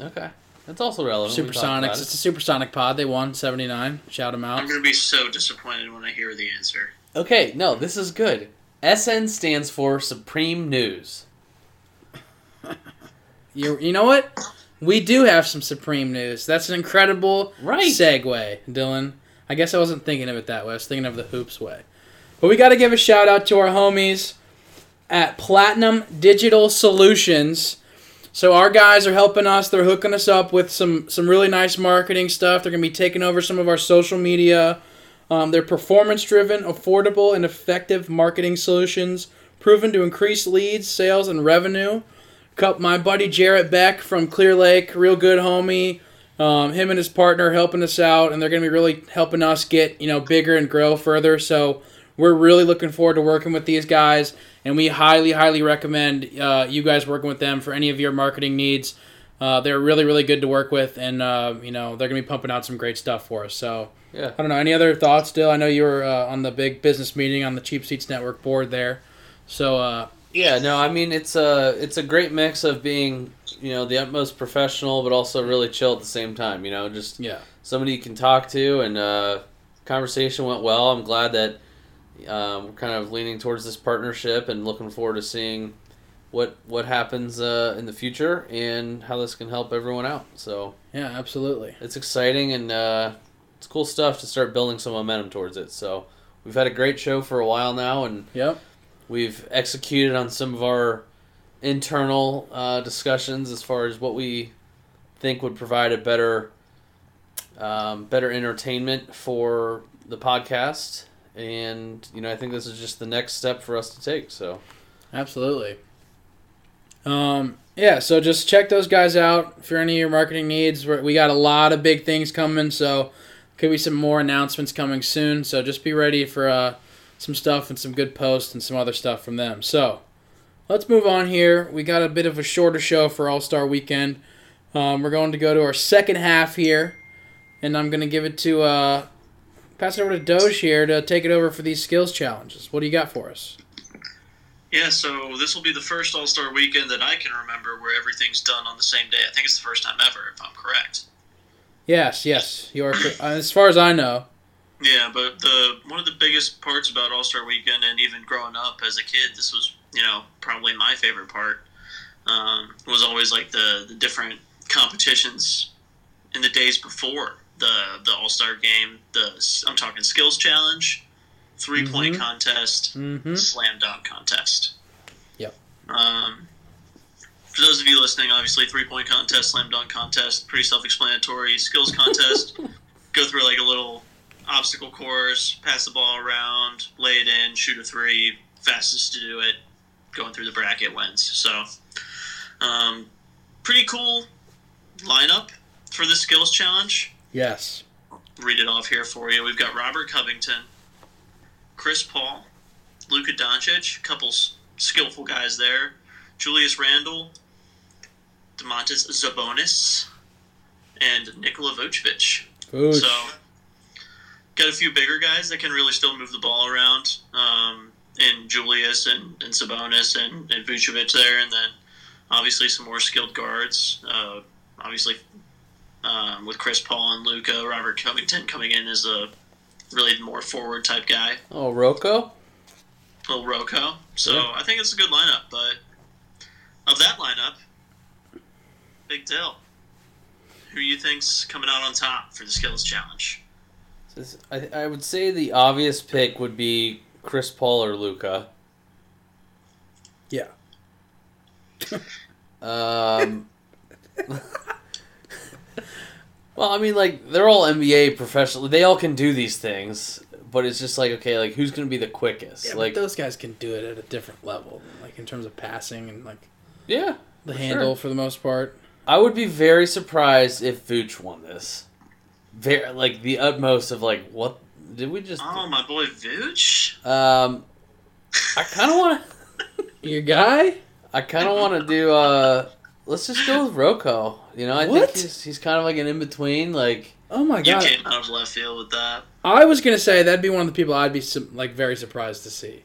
B: Okay, that's also relevant. We talked
A: Supersonics.
B: about
A: It's a
B: it.
A: Supersonic pod. They won 79. Shout them out.
C: I'm gonna be so disappointed when I hear the answer.
B: Okay, no, this is good. SN stands for Supreme News.
A: You, you know what? We do have some Supreme news. That's an incredible
B: Right.
A: segue, Dylan. I guess I wasn't thinking of it that way. I was thinking of the hoops way. But we got to give a shout out to our homies at Platinum Digital Solutions. So our guys are helping us. They're hooking us up with some some really nice marketing stuff. They're gonna be taking over some of our social media. Um, they're performance driven, affordable, and effective marketing solutions proven to increase leads, sales, and revenue. Cup, my buddy Jarrett Beck from Clear Lake, real good homie. Um, him and his partner helping us out, and they're going to be really helping us get you know bigger and grow further. So we're really looking forward to working with these guys, and we highly, highly recommend uh, you guys working with them for any of your marketing needs. Uh, they're really, really good to work with, and uh, you know they're going to be pumping out some great stuff for us. So
B: Yeah.
A: I don't know. Any other thoughts, Dill? I know you were uh, on the big business meeting on the Cheap Seats Network board there. So uh,
B: Yeah, no, I mean it's a it's a great mix of being you know the utmost professional, but also really chill at the same time. You know, just
A: yeah,
B: somebody you can talk to and uh, conversation went well i'm glad that um, we're kind of leaning towards this partnership and looking forward to seeing what what happens uh, in the future and how this can help everyone out so
A: yeah, absolutely.
B: it's exciting and uh, it's cool stuff to start building some momentum towards it so we've had a great show for a while now and
A: Yep.
B: we've executed on some of our internal uh, discussions as far as what we think would provide a better um, better entertainment for the podcast and you know i think this is just the next step for us to take so
A: Absolutely. Um, yeah, so just check those guys out for any of your marketing needs. We're, we got a lot of big things coming, so could be some more announcements coming soon. So just be ready for uh, some stuff and some good posts and some other stuff from them. So let's move on here. We got a bit of a shorter show for All Star Weekend. Um, we're going to go to our second half here, and I'm going to give it to uh, pass it over to Doge here to take it over for these skills challenges. What do you got for us?
C: Yeah, so this will be the first All Star Weekend that I can remember where everything's done on the same day. I think it's the first time ever, if I'm correct.
A: Yes, yes, you are. cor- uh, As far as I know,
C: Yeah, but the one of the biggest parts about All Star Weekend, and even growing up as a kid, this was you know probably my favorite part. Um, was always like the the different competitions in the days before the the All Star game. The I'm talking skills challenge, three point
E: Mhm.
C: contest,
E: Mm-hmm.
C: slam dunk contest.
B: Yep.
C: Um, for those of you listening, obviously three point contest, slam dunk contest, pretty self explanatory. Skills contest, go through like a little obstacle course, pass the ball around, lay it in, shoot a three, fastest to do it, going through the bracket wins. So, um, pretty cool lineup for the skills challenge
B: Yes.
C: read it off here for you. We've got Robert Covington, Chris Paul, Luka Doncic, couple s- skillful guys there, Julius Randle, Demontis Zabonis, and Nikola Vucevic.
B: Vooch.
C: So, got a few bigger guys that can really still move the ball around. Um, and Julius and, and Sabonis and, and Vucevic there. And then obviously some more skilled guards. Uh, obviously, um, with Chris Paul and Luca, Robert Covington coming in as a really more forward type guy.
B: Oh, Rocco.
C: Little Rocco. So
B: Yeah.
C: I think it's a good lineup. But of that lineup, Big Dill. Who you think's coming out on top for the skills challenge?
B: This- I, I would say the obvious pick would be Chris Paul or Luca.
A: Yeah.
B: Um, well, I mean, like they're all NBA professional. They all can do these things, but it's just like okay, like who's gonna be the quickest?
A: Yeah,
B: like
A: but those guys can do it at a different level, like in terms of passing and like
B: yeah,
A: the
B: For
A: handle
B: sure.
A: for the most part.
B: I would be very surprised if Vooch won this. Very like the utmost of like what did we just?
C: Oh, my boy Vooch.
B: Um, I kind of want to.
A: Your guy?
B: I kind of want to do. uh Let's just go with Rocco. You know, I
A: What?
B: think he's, he's kind of like an in between. Like,
A: Oh my
C: You
A: god!
C: came out of left field with that.
A: I was gonna say that'd be one of the people I'd be su- like very surprised to see.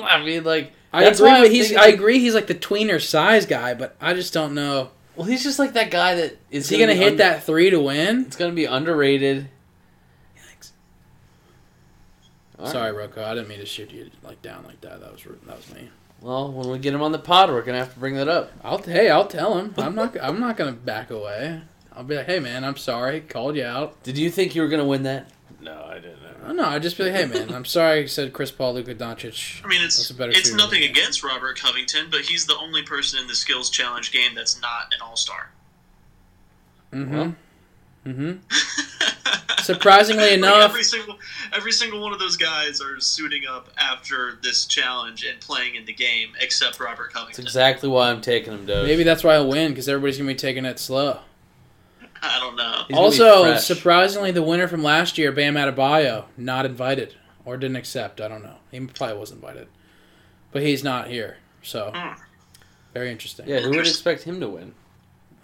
B: I mean, like
A: I
B: That's
A: agree.
B: why I was
A: he's
B: thinking-
A: I agree. He's like the tweener size guy, but I just don't know.
B: Well, he's just like that guy that is,
A: Is he gonna
B: be
A: hit
B: un-
A: that three to win?
B: It's gonna be underrated. All right.
A: Sorry, Rocco. I didn't mean to shoot you like down like that. That was rude. That was me.
B: Well, when we get him on the pod, we're gonna have to bring that up.
A: I'll hey, I'll tell him. I'm not. I'm not gonna back away. I'll be like, hey man, I'm sorry. Called you out.
B: Did you think you were gonna win that? No, I didn't.
A: Oh, no, I'd just be like, hey man, I'm sorry. I said Chris Paul, Luka Doncic.
C: I mean,
A: That's
C: it's
A: a better
C: it's
A: shooter.
C: nothing against Robert Covington, but he's the only person in the skills challenge game that's not an all star. [LAUGHS]
A: Mm-hmm. Mm-hmm.
B: [LAUGHS]
A: Surprisingly enough-
C: every single every single one of those guys are suiting up after this challenge and playing in the game, except Robert
B: That's
C: Covington.
B: exactly why I'm taking him, Doge.
A: Maybe that's why he'll win because everybody's gonna be taking it slow.
C: I don't know.
B: He's gonna be
A: also,
B: fresh.
A: surprisingly, the winner from last year, Bam Adebayo, not invited or didn't accept. I don't know. He probably was invited, but he's not here. So
C: Hmm.
A: very interesting.
B: Ah. Yeah, who would expect him to win?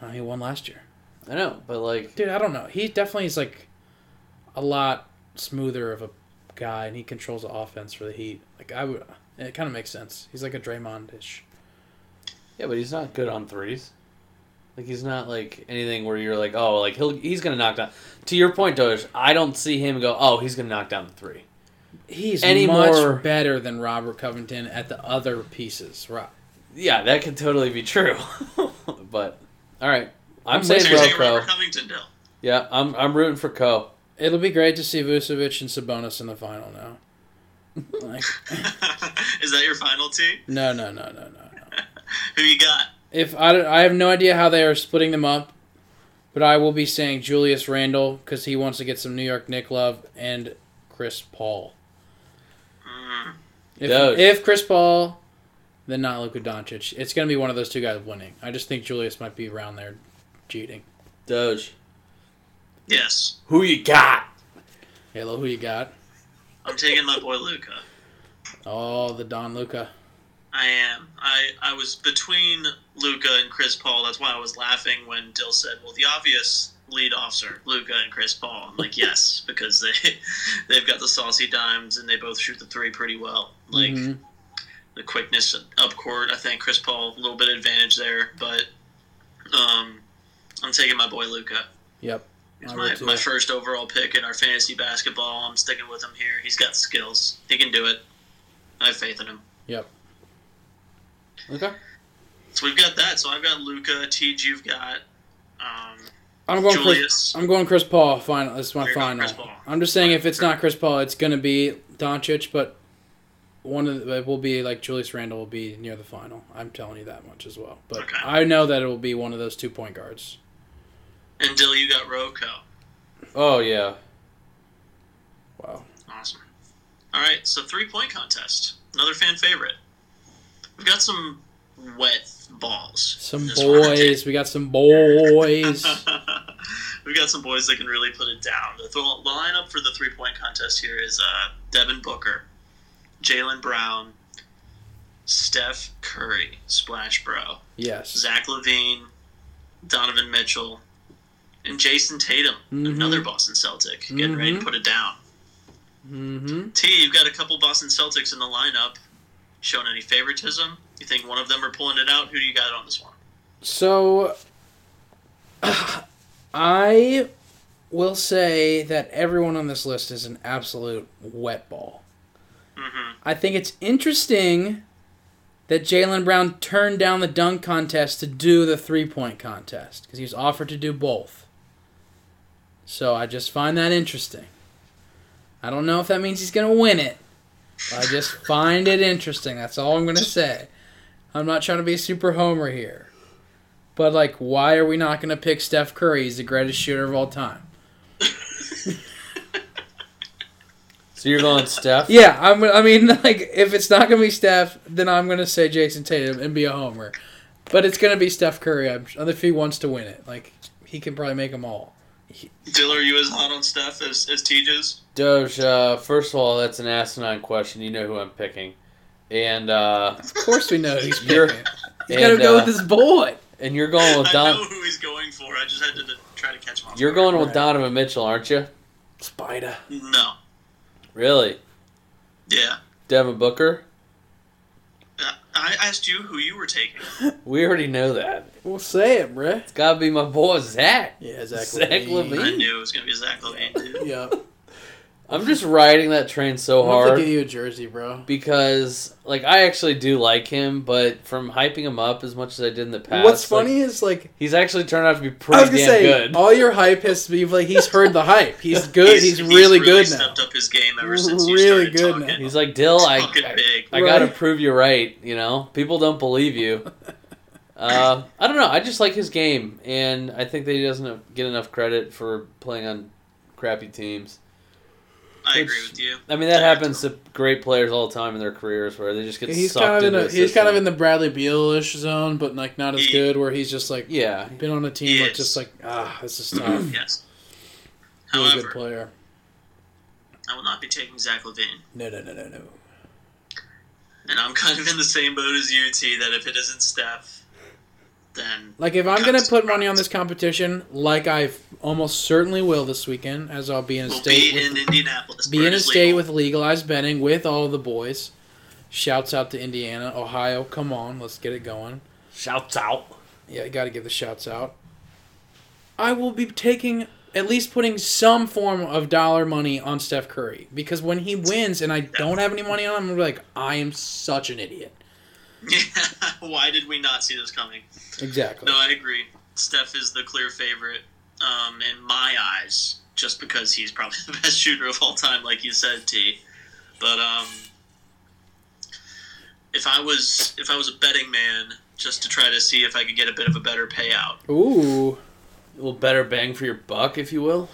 A: Uh, he won last year,
B: I know, but like,
A: dude. I don't know. He definitely is like a lot smoother of a guy, and he controls the offense for the Heat. Like I would, it kind of makes sense. He's like a Draymond ish.
B: yeah, but he's not good on threes. Like he's not like anything where you're like, oh, like he'll he's gonna knock down. To your point, Doge, I don't see him go. Oh, he's gonna knock down the three.
A: He's
B: Any
A: much
B: more-
A: better than Robert Covington at the other pieces. Right.
B: Yeah, that could totally be true. [LAUGHS] but all right, I'm
A: I'm
B: saying
C: So
A: with
C: you're
A: you.
C: taking
B: Rocco.
C: Robert Covington Dill.
B: Yeah, I'm I'm rooting for Co.
A: It'll be great to see Vucevic and Sabonis in the final now. [LAUGHS] Like,
C: [LAUGHS] Is that your final team?
A: no, no, no, no, no, no.
C: Who you got?
A: If I, don't- I have no idea how they are splitting them up, but I will be saying Julius Randle because he wants to get some New York Nick love and Chris Paul.
C: Mm,
A: If,
B: Doge.
A: if Chris Paul, then not Luka Doncic. It's going to be one of those two guys winning. I just think Julius might be around there cheating.
B: Doge.
C: yes,
B: Who you got?
A: Halo, who you got?
C: I'm taking my boy Luca.
A: Oh, the Don Luca.
C: I am. I, I was between Luca and Chris Paul. That's why I was laughing when Dill said, "Well, the obvious lead officer, Luca and Chris Paul." I'm
A: [LAUGHS]
C: like, "Yes," because they they've got the saucy dimes and they both shoot the three pretty well. Like
A: Mhm.
C: the quickness up court. I think Chris Paul a little bit advantage there, but um, I'm taking my boy Luca.
A: Yep.
C: He's
A: I
C: my,
A: would too.
C: my first overall pick in our fantasy basketball. I'm sticking with him here. He's got skills. He can do it. I have faith in him.
B: Okay.
C: So we've got that. So I've got Luca, Teej, you've got Um,
A: I'm going
C: Julius.
A: Chris. I'm going Chris Paul. Final. That's my
C: You're going
A: final.
C: Chris Paul.
A: I'm just saying, if it's not Chris Paul, it's gonna be Doncic. But one of the, it will be like Julius Randle will be near the final. I'm telling you that much as well. But
C: Okay.
A: I know that it will be one of those two point guards.
C: until you got Roko.
B: Oh yeah.
A: Wow.
C: Awesome. All right, so three point contest. Another fan favorite. We've got some wet balls.
A: Some
C: This
A: boys. We got some boys.
C: [LAUGHS] We've got some boys that can really put it down. The, th- the lineup for the three point contest here is uh, Devin Booker, Jalen Brown, Steph Curry, Splash Bro,
A: yes.
C: Zach Levine, Donovan Mitchell, and Jason Tatum,
A: Mhm.
C: another Boston Celtic, getting ready to
A: Mhm.
C: put it down.
A: Mm-hmm.
C: T, you've got a couple Boston Celtics in the lineup. Showing any favoritism? You think one of them are pulling it out? Who do you got on this one?
A: So, [SIGHS] I will say that everyone on this list is an absolute wet ball.
C: Mm-hmm.
A: I think it's interesting that Jalen Brown turned down the dunk contest to do the three point contest because he was offered to do both. So I just find that interesting. I don't know if that means he's going to win it. But I just find it interesting. That's all I'm going to say. I'm not trying to be a super homer here. But, like, why are we not going to pick Steph Curry? He's the greatest shooter of all time.
B: So
A: [LAUGHS]
B: you're going Steph.
A: Yeah, I'm. I mean, [LAUGHS] like, if it's not gonna be Steph, then I'm gonna say Jason Tatum and be a homer. But it's gonna be Steph Curry. I'm, if he wants to win it, like, he can probably make them all.
C: Dill, are you as hot on Steph as, as Tejas?
B: Doge. Uh, first of all, that's an asinine question. You know who I'm picking, and uh,
A: Of course, we know he's
B: [LAUGHS] You're-
A: picking. He's
B: and,
A: gotta go
B: uh,
A: with his boy.
B: and you're
A: Oh,
B: going with
C: I
B: Don.
C: know who he's going for. I just had to, try to catch him off.
B: You're
C: guard.
B: going with Donovan Mitchell, aren't you?
A: Spider.
C: No.
B: Really,
C: Yeah.
B: Devin Booker?
C: Uh, I asked you who you were taking.
B: We already know that.
A: We'll say it, bruh.
B: It's gotta be my boy Zach.
A: Yeah,
B: Zach Levine.
C: I knew it was going to be Zach Levine, dude.
A: Yeah,
B: I'm just riding that train so
A: I'll have to get
B: hard
A: you a jersey, bro.
B: because, like, I actually do like him, but from hyping him up as much as I did in the past,
A: What's
B: like,
A: funny is like
B: he's actually turned out to be
A: I was
B: pretty
A: gonna
B: damn
A: say, uh,
B: good.
A: all your hype has to be like he's heard the hype.
B: [LAUGHS]
A: He's good. He's, really, good now.
C: stepped up his game ever since you
A: Really
C: started
A: good
C: talking.
A: now.
B: He's like Dill. I,
C: Fucking
B: I,
C: big.
B: I gotta
A: Right.
B: prove you right. You know, people don't
A: [LAUGHS]
B: believe you. Uh, I don't know. I just like his game, and I think that he doesn't get enough credit for playing on crappy teams.
C: I agree
B: Which-
C: with you.
B: I mean, that happens to great players all the time in their careers, where they just get
A: He's
B: sucked
A: kind of in
B: into
A: a,
B: the
A: he's kind of in
B: system.
A: the Bradley Beal-ish zone, but like not as
C: Yeah.
A: good. Where he's just like
B: yeah.
A: been on a team that's
C: Yes.
A: just like ah, this is tough.
C: [CLEARS THROAT]
A: He's
C: Yes.
A: a good
C: However,
A: player.
C: I will not be taking Zach Levine.
A: No, no, no, no, no.
C: And I'm [LAUGHS] kind of in the same boat as you, T, that if it isn't Steph, then
A: Like if I'm gonna put money on this competition, like I almost certainly will this weekend, as I'll be in a
C: we'll
A: state
C: be
A: with,
C: in Indianapolis.
A: be
C: where
A: in
C: it
A: a
C: is
A: state
C: legal.
A: with legalized betting with all the boys. Shouts out to Indiana, Ohio. Come on, let's get it going.
B: Shouts out.
A: Yeah, you got to give the shouts out. I will be taking at least putting some form of dollar money on Steph Curry because when he wins and I don't have any money on him, I'm gonna be like, I am such an idiot.
C: [LAUGHS] Why did we not see this coming?
A: Exactly.
C: No, I agree. Steph is the clear favorite um, in my eyes, just because he's probably [LAUGHS] the best shooter of all time, like you said, T. But um, if I was if I was a betting man, just to try to see if I could get a bit of a better payout,
A: Ooh,
B: A little better bang for your buck, if you will.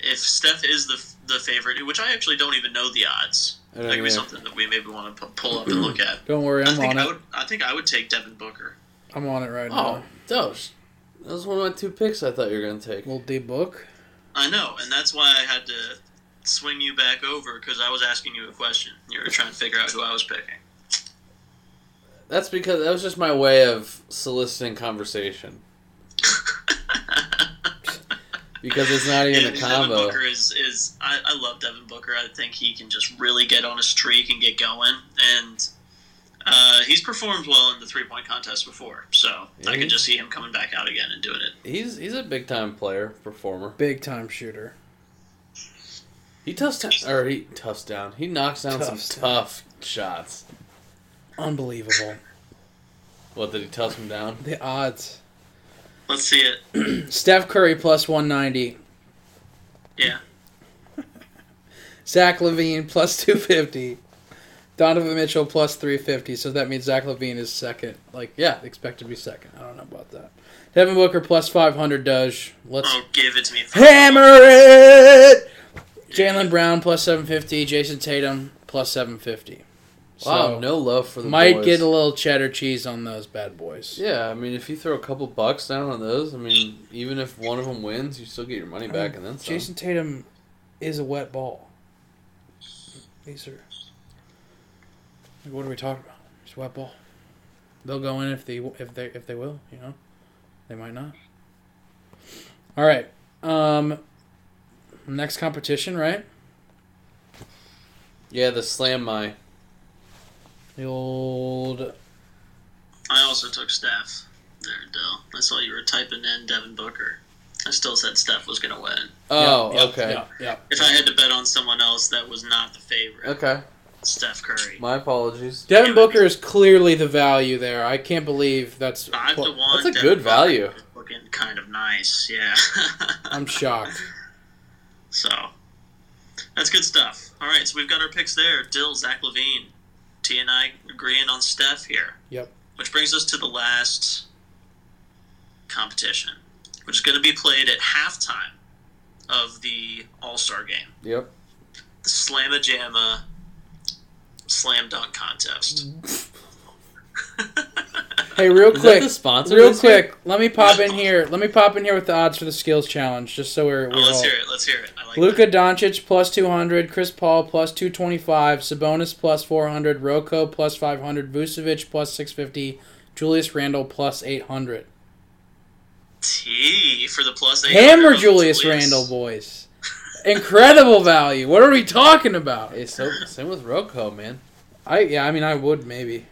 C: if Steph is the the favorite, which I actually don't even know the odds.
B: I don't
C: That could be
B: either.
C: something that we maybe want to pull up and look at.
A: don't worry,
C: I
A: I'm
C: think
A: on
C: I
A: it.
C: would. I think I would take Devin Booker.
A: I'm on it right
B: Oh,
A: now.
B: Doge. That was one of my two picks I thought you were going to take.
A: Will D book?
C: I know, and that's why I had to swing you back over because I was asking you a question. You were trying to figure out who I was picking.
B: That's because that was just my way of soliciting conversation. because it's not [LAUGHS] even a
C: Devin
B: combo.
C: Booker is is I, I love Devin Booker. I think he can just really get on a streak and get going, and uh, he's performed well in the three point contest before. So I
B: Yeah.
C: could just see him coming back out again and doing it.
B: He's he's a big time player, performer.
A: Big time shooter.
B: He toughs down, or he toughs down. He knocks down some
A: Toughs down.
B: tough shots.
A: Unbelievable.
B: What did he toss him down?
A: The odds.
C: Let's see it.
A: Steph Curry plus 190.
C: Yeah.
A: [LAUGHS] Zach Levine plus 250. Donovan Mitchell plus 350. So that means Zach Levine is second. Like, yeah, expected to be second. I don't know about that. Devin Booker plus 500 does. Let's
C: Oh, give it to me.
A: hammer it! Jalen Brown plus 750. Jason Tatum plus 750.
B: Wow,
A: So,
B: no love for the
A: might
B: boys.
A: get a little cheddar cheese on those bad boys.
B: Yeah, I mean, if you throw a couple bucks down on those, I mean, even if one of them wins, you still get your money back, and then some.
A: Jason Tatum is a wet ball. These are. Like, what are we talking about? It's a wet ball. They'll go in if they if they if they will. You know, they might not. All right. Um. Next competition, right?
B: Yeah, the slam my.
A: The old.
C: I also took Steph. There, Dell. I saw you were typing in Devin Booker. I still said Steph was gonna win.
B: Oh,
A: Yep, yep,
B: okay,
A: Yep. yep.
C: If I had to bet on someone else that was not the favorite,
B: okay.
C: Steph Curry.
B: My apologies.
A: Devin Booker is clearly the value there. I can't believe that's.
C: Five to one.
B: That's a
C: Devin
B: good
C: Booker
B: value.
C: is Looking kind of nice, yeah. [LAUGHS]
A: I'm shocked.
C: So that's good stuff. All right, so we've got our picks there. Dill, Zach Levine, T and I agreeing on Steph here.
A: Yep.
C: Which brings us to the last competition, which is going to be played at halftime of the All Star game,
B: Yep.
C: the Slamma Jamma Slam
A: [LAUGHS]
C: Dunk Contest. Oh,
A: Hey, real
B: Is
A: quick.
B: that the sponsor?
A: Real
B: this year?
A: quick, let me pop in here. Let me pop in here with the odds for the skills challenge, just so we're.
C: Oh,
A: we're
C: let's
A: all...
C: hear it. Let's hear it. I like
A: Luka Doncic plus 200, Chris Paul plus 225, Sabonis plus 400, Rocco plus 500, Vucevic plus 650, Julius Randle plus 800.
C: that. T for the plus eight.
A: Hammer Julius Randle, boys. Incredible value. What are we talking about?
B: Hey, so same with Roko, man.
A: I yeah, I mean I would maybe.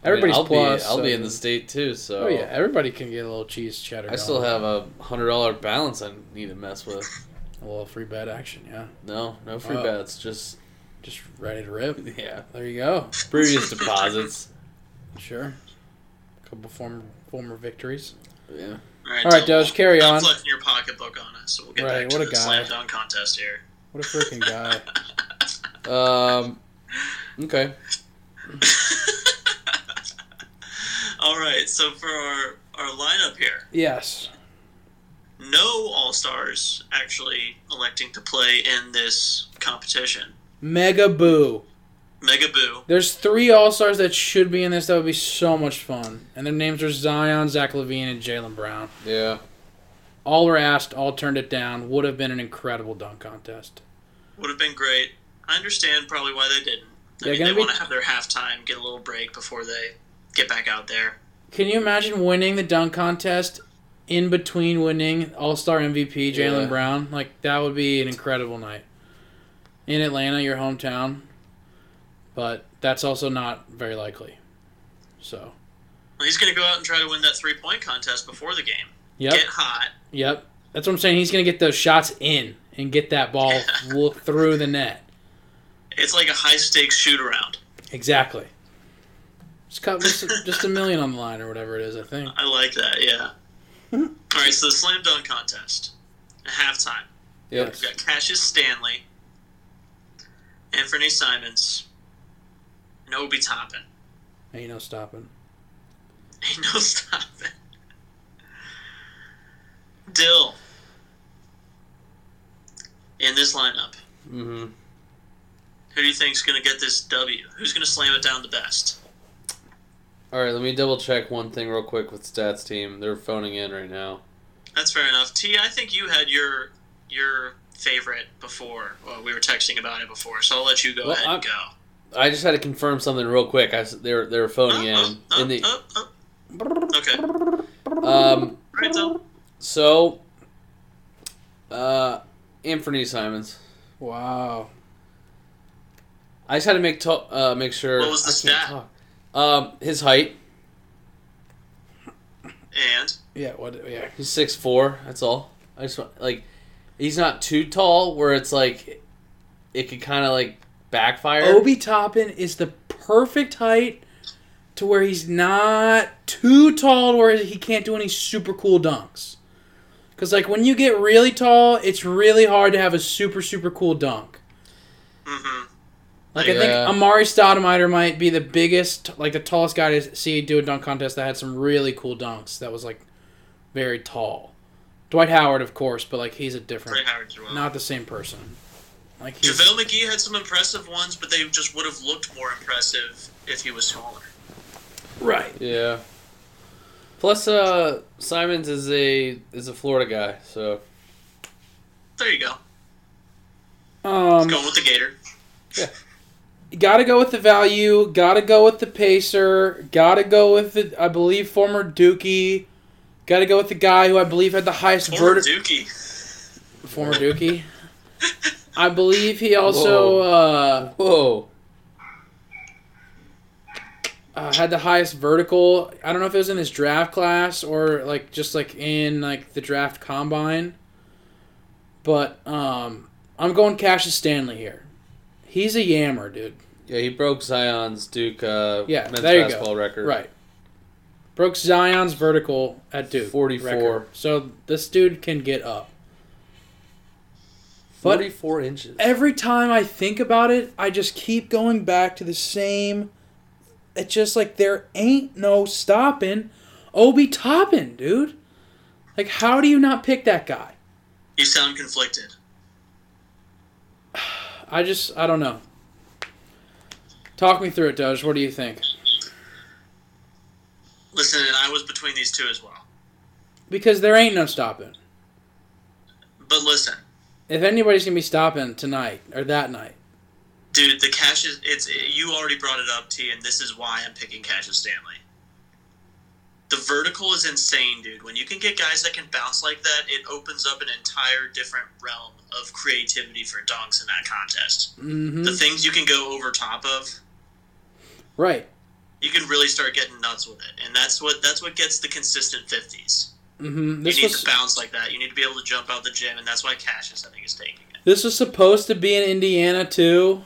B: I mean,
A: Everybody's
B: I'll
A: plus.
B: Be, I'll be
A: so-
B: in the state too, so.
A: Oh yeah, everybody can get a little cheese cheddar.
B: I still
A: going.
B: have a hundred dollar balance I need to mess with.
A: a little free bet action, yeah.
B: No, no free
A: Oh.
B: bets, just [LAUGHS]
A: Just ready to rip.
B: yeah,
A: There you go.
B: previous deposits.
A: Sure. couple former former victories.
B: Yeah.
C: All
A: All right, Doge, carry
C: I'm
A: on.
C: flexing your pocketbook on us, so we'll get
A: Right,
C: back to
A: what a
C: the
A: guy.
C: slam dunk contest here. [LAUGHS]
A: What a freaking guy.
B: Um. Okay.
C: All right, so for our, our lineup here,
A: Yes.
C: no All Stars actually electing to play in this competition.
A: Mega Boo.
C: Mega Boo,
A: There's three All Stars that should be in this. That would be so much fun. And their names are Zion, Zach Levine, and Jalen Brown.
B: Yeah.
A: All were asked, all turned it down. Would have been an incredible dunk contest.
C: would have been great. I understand probably why they didn't. I
A: They're
C: mean,
A: gonna
C: they
A: be-
C: want to have their halftime, get a little break before they get back out there.
A: Can you imagine winning the dunk contest in between winning All Star MVP Jalen
B: Yeah.
A: Brown? Like that would be an incredible night in Atlanta, your hometown. But that's also not very likely. So.
C: Well, he's going to go out and try to win that three point contest before the game.
A: Yep.
C: Get hot.
A: Yep. That's what I'm saying. He's going to get those shots in and get that [LAUGHS] ball look through the net.
C: It's like a high stakes shoot around.
A: Exactly. Just cut just a, just a million on the line or whatever it is, I think.
C: I like that,
A: [LAUGHS]
C: yeah. All right, so the slam dunk contest at halftime.
B: Yep.
C: We've got Cassius Stanley, Anthony Simons, and Obi Toppin.
A: Ain't no stopping.
C: Ain't no stopping. Dill in this lineup.
B: Mm-hmm.
C: Who do you think's gonna get this W? Who's gonna slam it down the best?
B: All right. Let me double check one thing real quick with stats team. They're phoning in right now.
C: That's fair enough. T, I think you had your your favorite before. Well, we were texting about it before, so I'll let you go
B: Well,
C: ahead and go.
B: I just had to confirm something real quick. I s- they were they were phoning
C: Oh,
B: in
C: oh,
B: in the
C: oh, oh, oh. Okay. All
B: um.
C: right, Dill.
B: So. Uh, Anthony Simons.
A: Wow.
B: I just had to make to- uh make sure.
C: What was the
B: I can't
C: stat?
B: talk. Um, his height.
C: And
A: Yeah, what yeah.
B: He's six four. That's all. I just want like, he's not too tall where it's like, it could kind of like backfire.
A: Obi Toppin is the perfect height to where he's not too tall to where he can't do any super cool dunks. Because, like, when you get really tall, it's really hard to have a super, super cool dunk.
C: hmm
A: Like, I
B: Yeah.
A: think Amari Stoudemire might be the biggest, like, the tallest guy to see do a dunk contest that had some really cool dunks that was, like, very tall. Dwight Howard, of course, but, like, he's a different,
C: Dwight Howard's well.
A: not the same person. Like, he's,
C: JaVale McGee had some impressive ones, but they just would have looked more impressive if he was taller.
A: right.
B: Yeah. Plus, uh, Simons is a is a Florida guy, so
C: There you go.
A: Um,
C: Going with the Gator.
A: gotta go with the value. Gotta go with the pacer. Gotta go with the, I believe, former Dookie. Gotta go with the guy who I believe had the highest
C: Former
A: vertical.
C: Dookie.
A: former Dookie. I believe he also uh,
B: whoa,
A: uh, had the highest vertical. I don't know if it was in his draft class or like just like in like the draft combine. But um, I'm going Cassius Stanley here. He's a yammer, dude.
B: yeah, he broke Zion's Duke uh,
A: Yeah,
B: men's
A: there you go.
B: basketball record.
A: Right. Broke Zion's vertical at Duke.
B: 44.
A: record. So this dude can get up. But-
B: forty-four inches.
A: Every time I think about it, I just keep going back to the same. It's just like there ain't no stopping Obi Toppin, dude. Like, how do you not pick that guy?
C: You sound conflicted.
A: I just, I don't know. Talk me through it, Doge. What do you think?
C: Listen, and I was between these two as well.
A: Because there ain't no stopping.
C: But listen,
A: If anybody's going to be stopping tonight or that night,
C: dude, the Cassius, it's, you already brought it up, T, and this is why I'm picking Cassius Stanley. The vertical is insane, dude. When you can get guys that can bounce like that, it opens up an entire different realm of creativity for dunks in that contest.
A: hmm
C: The things you can go over top of,
A: right.
C: you can really start getting nuts with it, and that's what that's what gets the consistent fifties.
A: hmm
C: You
A: This
C: need
A: was
C: to bounce like that. You need to be able to jump out the gym, and that's why Cassius, I think, is taking it.
A: This was supposed to be in Indiana too.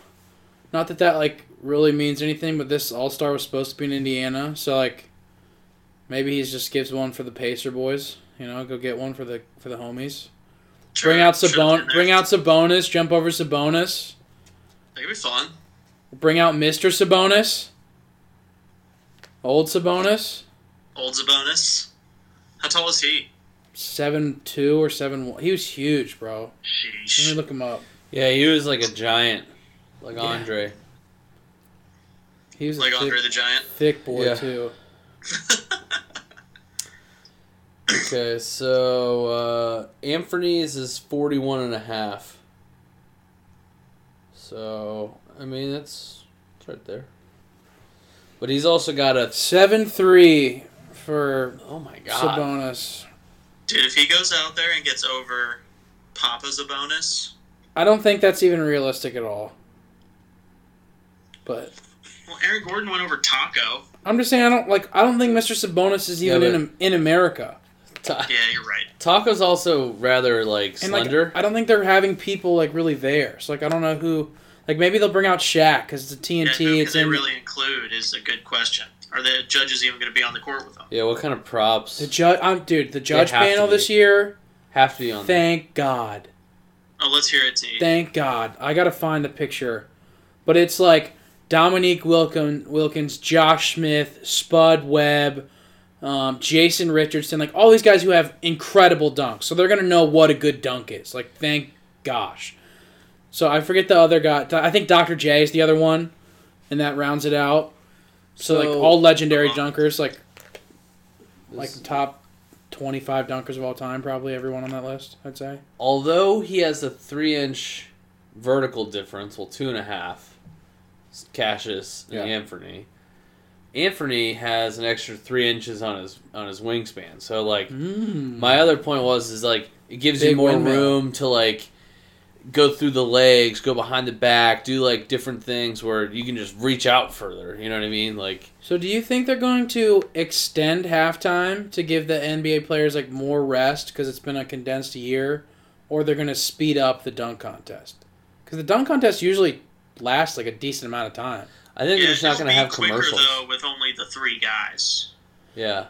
A: Not that that like really means anything, but this All Star was supposed to be in Indiana, so like maybe he just gives one for the Pacer boys. You know, go get one for the for the homies.
C: Sure,
A: bring out
C: sure,
A: Sabon.
C: they're
A: Bring
C: there.
A: out Sabonis. Jump over Sabonis.
C: That could be fun.
A: Bring out Mister Sabonis. Old Sabonis,
C: Old's a bonus. How tall is he?
A: seven two or seven one. He was huge, bro. Let me
C: Sheesh.
A: look him up.
B: Yeah, he was like a giant, like
A: Yeah.
B: Andre.
A: He was
C: Like
A: a
C: Andre
A: thick,
C: the Giant. [LAUGHS]
A: thick boy
B: Yeah.
A: too.
B: Okay, so uh, Anthony's is 41 and a half. So, I mean, that's it's right there. But he's also got a.
A: Seven three for
B: Oh my god.
A: Sabonis.
C: Dude, if he goes out there and gets over Papa's a bonus,
A: I don't think that's even realistic at all. But
C: well, Aaron Gordon went over Taco.
A: I'm just saying I don't like I don't think Mr. Sabonis is even
B: Yeah, but-
A: in in America.
B: Ta-
C: Yeah, you're right.
B: Taco's also rather, like,
A: And
B: slender.
A: like I don't think they're having people like really there. So like I don't know who like maybe they'll bring out Shaq cuz it's a
C: Yeah,
A: TNT
C: who can
A: it's
C: they
A: in
C: really include is a good question. Are the judges even going to be on the court with them?
B: yeah, what kind of props?
A: the judge I'm dude, the judge
B: have to
A: panel
B: be.
A: this year.
B: Have to be on there.
A: Thank God.
C: Oh, let's hear it, T.
A: Thank God. I got to find the picture. But it's like Dominique Wilkin, Wilkins, Josh Smith, Spud Webb, um, Jason Richardson, like all these guys who have incredible dunks. So they're going to know what a good dunk is. Like, thank gosh. So I forget the other guy. I think Dr. J is the other one, and that rounds it out. So, like
B: So- uh,
A: all legendary
C: Uh-huh.
A: dunkers, like like
B: This-
A: top twenty five dunkers of all time, probably everyone on that list, I'd say.
B: although he has a three inch vertical difference, well, two and a half, Cassius and
A: Yeah.
B: Anthony. Anthony has an extra three inches on his on his wingspan. So like
A: Mm.
B: my other point was is like it gives you
A: Big
B: more
A: windmill.
B: room to like go through the legs, go behind the back, do like different things where you can just reach out further. You know what I mean? Like
A: So do you think they're going to extend halftime to give the NBA players like more rest because it's been a condensed year, or they're going to speed up the dunk contest? Because the dunk contest usually lasts like a decent amount of time.
B: I think
C: yeah,
B: they're just not
C: it'll
B: going
C: be
B: to have
C: quicker
B: commercials.
C: though with only the three guys.
B: Yeah,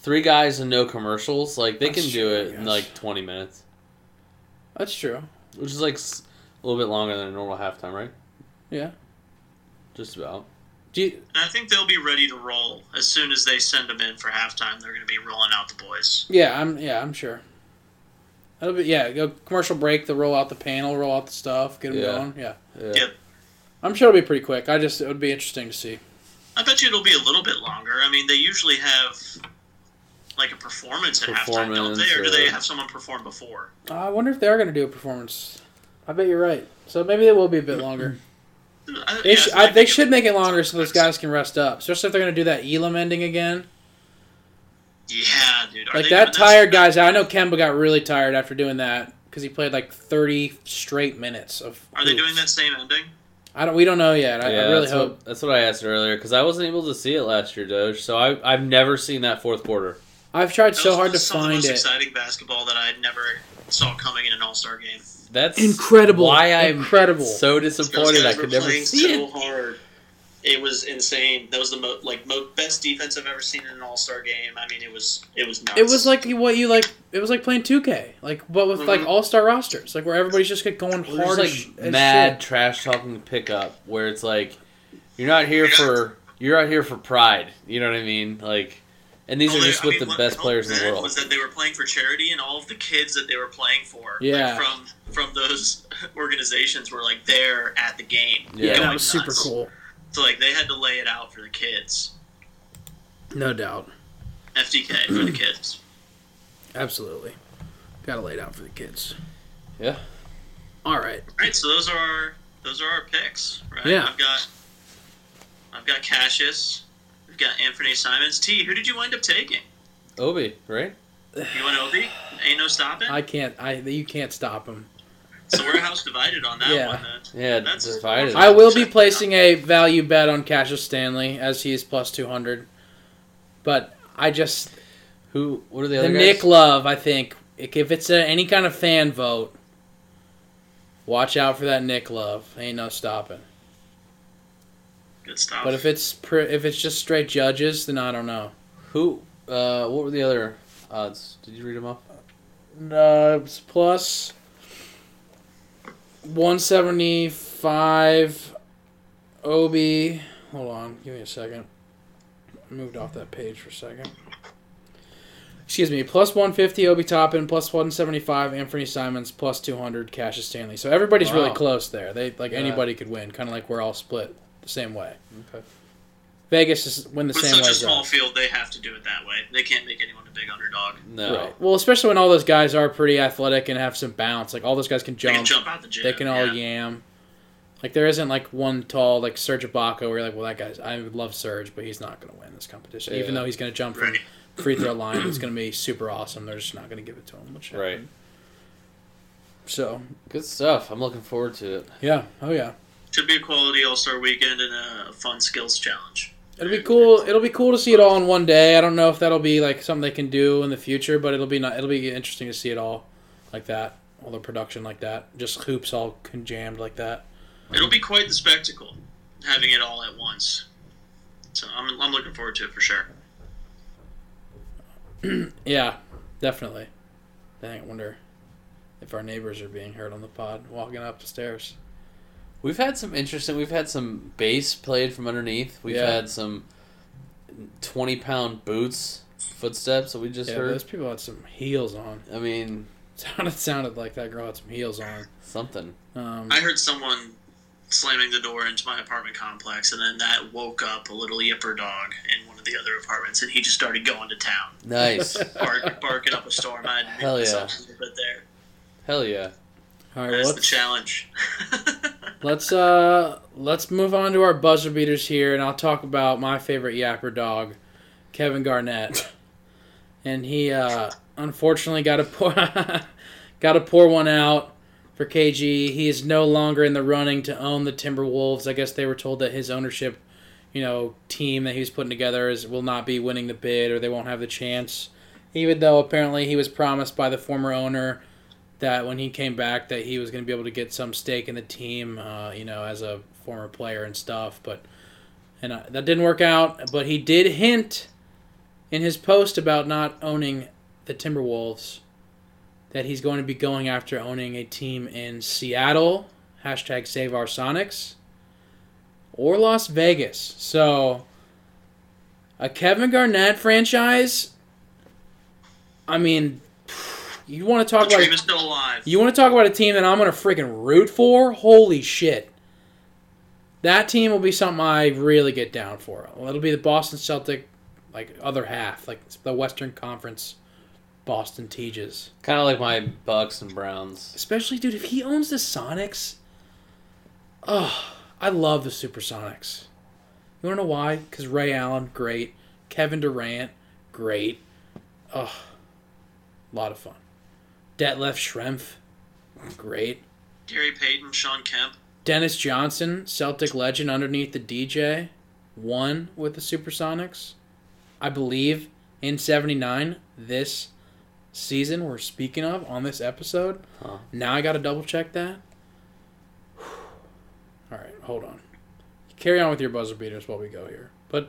B: three guys and no commercials. Like they
A: That's
B: can
A: true,
B: do it
A: I
B: in
A: guess.
B: like twenty minutes,
A: That's true.
B: which is like s- a little bit longer than a normal halftime, right?
A: Yeah.
B: Just about.
A: Do you,
C: I think they'll be ready to roll as soon as they send them in for halftime. They're going to be rolling out the boys.
A: yeah, I'm yeah, I'm sure. That'll be yeah, go commercial break, they'll roll out the panel, roll out the stuff, get them
B: Yeah.
A: going. Yeah.
B: Yeah.
C: Yep.
A: I'm sure it'll be pretty quick. I just it would be interesting to see.
C: I bet you it'll be a little bit longer. I mean, they usually have like a performance at halftime, don't they? Or do
B: Performance,
C: they
B: uh,
C: have someone perform before?
A: I wonder if they are going to do a performance. I bet you're right. So maybe it will be a bit longer.
C: Uh, I-
A: They,
C: yeah,
A: sh-
C: I
A: I,
C: think
A: they
C: it-
A: should make it longer so those guys can rest up, especially if they're going to do that Elam ending again.
C: Yeah, dude. Are
A: Like that
C: they doing this-
A: tired guys. I know Kemba got really tired after doing that because he played like 30 straight minutes of.
C: Are they
A: hoops.
C: doing that same ending?
A: I don't. We don't know yet. I, I
B: Yeah,
A: really
B: that's
A: hope.
B: What, that's what I asked earlier because I wasn't able to see it last year, Doge. So I, I've never seen that fourth quarter.
A: I've tried
C: That
A: so
C: was
A: hard to
C: some of the
A: find
C: most
A: it.
C: exciting basketball that I never saw coming in an All Star game.
B: That's
F: Incredible.
B: Why I'm
A: Incredible.
B: so
C: Those
B: disappointed
C: guys
B: I
C: were
B: could never
C: playing
B: see
C: so
B: it.
C: hard. It was insane. That was the mo- like mo- best defense I've ever seen in an All Star game. I mean, it was it was nuts.
A: It was like what you like. It was like playing 2K, like but with like
C: Mhm.
A: all star rosters, like where everybody's just like, going
B: We're just
A: hard. as sh-
B: like
A: as
B: mad
A: shit.
B: trash talking pickup where it's like you're not here for you're out here for pride. You know what I mean? Like, and these
C: Well,
B: are
C: they-
B: just
C: I
B: with
C: mean,
B: the
C: what
B: best
C: helped
B: players in the
C: that
B: world.
C: Was that they were playing for charity, and all of the kids that they were playing for, like,
A: Yeah.
C: from from those [LAUGHS] organizations, were like there at the game.
B: Yeah.
A: Yeah,
C: going
A: that was super
C: nuts.
A: cool.
C: So like they had to lay it out for the kids.
A: No doubt.
C: FDK for
B: [CLEARS THROAT]
C: the kids.
A: Absolutely. Got to lay it out for the kids.
B: Yeah.
A: All right.
C: All right, so those are our, those are our picks, right?
A: Yeah.
C: I've got I've got Cassius. We've got Anthony Simons. T. Who did you wind up taking?
B: Obi, right?
C: You went Obi? Ain't no stopping.
A: I can't. I you can't stop him.
C: So we're house divided on that
A: Yeah.
C: one. Then.
B: Yeah,
C: That's-
B: divided.
A: I will be placing a value bet on Cassius Stanley as he is plus two hundred. But I just
B: Who? What are the
A: the
B: other
A: Nick
B: guys?
A: Love. I think if it's a, any kind of fan vote, watch out for that Nick Love. Ain't no stopping.
C: Good stuff.
A: But if it's pr- if it's just straight judges, then I don't know.
B: Who? Uh, what were the other odds? Did you read them off?
A: Uh, it's plus 175 Obi. Hold on, give me a second. I moved off that page for a second. Excuse me, plus 150 Obi Toppin, plus 175 Anthony Simons, plus 200 Cassius Stanley. So everybody's really
B: Wow.
A: close there. They like
B: Yeah.
A: anybody could win, kind of like we're all split the same way.
B: Okay.
A: Vegas is win the
C: With
A: same
C: such
A: way.
C: a
A: as uh,
C: small
A: us.
C: field, they have to do it that way. They can't make anyone a big underdog.
B: No.
A: Right. Well, especially when all those guys are pretty athletic and have some bounce. Like all those guys can
C: They
A: jump.
C: can jump out the gym.
A: They can all
C: yeah.
A: yam. Like there isn't like one tall like Serge Ibaka where you're like, well, that guy's. I would love Serge, but he's not going to win this competition. Even
B: Yeah.
A: though he's going to jump from
C: Right.
A: free
C: [CLEARS THROAT]
A: throw line, it's going to be super awesome. They're just not going to give it to him. Which
B: Right.
A: So
B: Good stuff. I'm looking forward to it.
A: yeah, oh yeah,
C: Should be a quality All Star weekend and a fun skills challenge.
A: it'll be cool. It'll be cool to see it all in one day. I don't know if that'll be like something they can do in the future, but it'll be not. It'll be interesting to see it all like that. All the production like that, just hoops all conjammed like that.
C: It'll be quite the spectacle, having it all at once. So I'm, I'm looking forward to it for sure.
A: Yeah, definitely. Dang, I wonder if our neighbors are being heard on the pod walking up the stairs.
B: We've had some interesting. We've had some bass played from underneath. We've
A: Yeah.
B: had some twenty pound boots footsteps that we just
A: Yeah,
B: heard.
A: those people had some heels on. [LAUGHS]
B: I mean,
A: Sounded sounded like that girl had some heels on.
B: something.
A: Um,
C: I heard someone slamming the door into my apartment complex, and then that woke up a little yipper dog in one of the other apartments, and he just started going to town,
A: [LAUGHS]
B: Nice.
C: bark, barking up a storm. I had to
B: Hell
C: mute
B: yeah.
C: myself a little bit there.
B: Hell yeah.
A: all right,
C: That's the
A: let's
C: challenge. [LAUGHS]
A: let's uh let's move on to our buzzer beaters here, and I'll talk about my favorite yapper dog, Kevin Garnett, and he uh, unfortunately got a poor [LAUGHS] got to pour one out for KG. He is no longer in the running to own the Timberwolves. I guess they were told that his ownership, you know, team that he was putting together is will not be winning the bid or they won't have the chance. Even though apparently he was promised by the former owner that when he came back that he was going to be able to get some stake in the team, uh, you know, as a former player and stuff, but and uh, that didn't work out. But he did hint in his post about not owning the Timberwolves that he's going to be going after owning a team in Seattle. Hashtag save our Sonics or Las Vegas. So a Kevin Garnett franchise. I mean, you want to
C: The
A: talk about
C: dream is still alive.
A: you want to talk about a team that I'm going to freaking root for? Holy shit. That team will be something I really get down for. It'll be the Boston Celtic, like, other half, like the Western Conference Boston Teaches.
B: Kind of like my Bucks and Browns.
A: Especially, dude, if he owns the Sonics. Oh, I love the Supersonics. You want to know why? Because Ray Allen, great. Kevin Durant, great. Oh, a lot of fun. Detlef Schrempf, great.
C: Gary Payton, Sean Kemp.
A: Dennis Johnson, Celtic legend underneath the DJ, won with the Supersonics. I believe in 79 this season we're speaking of on this episode.
B: Huh.
A: Now I got to double check that. [SIGHS] All right, hold on. Carry on with your buzzer beaters while we go here. But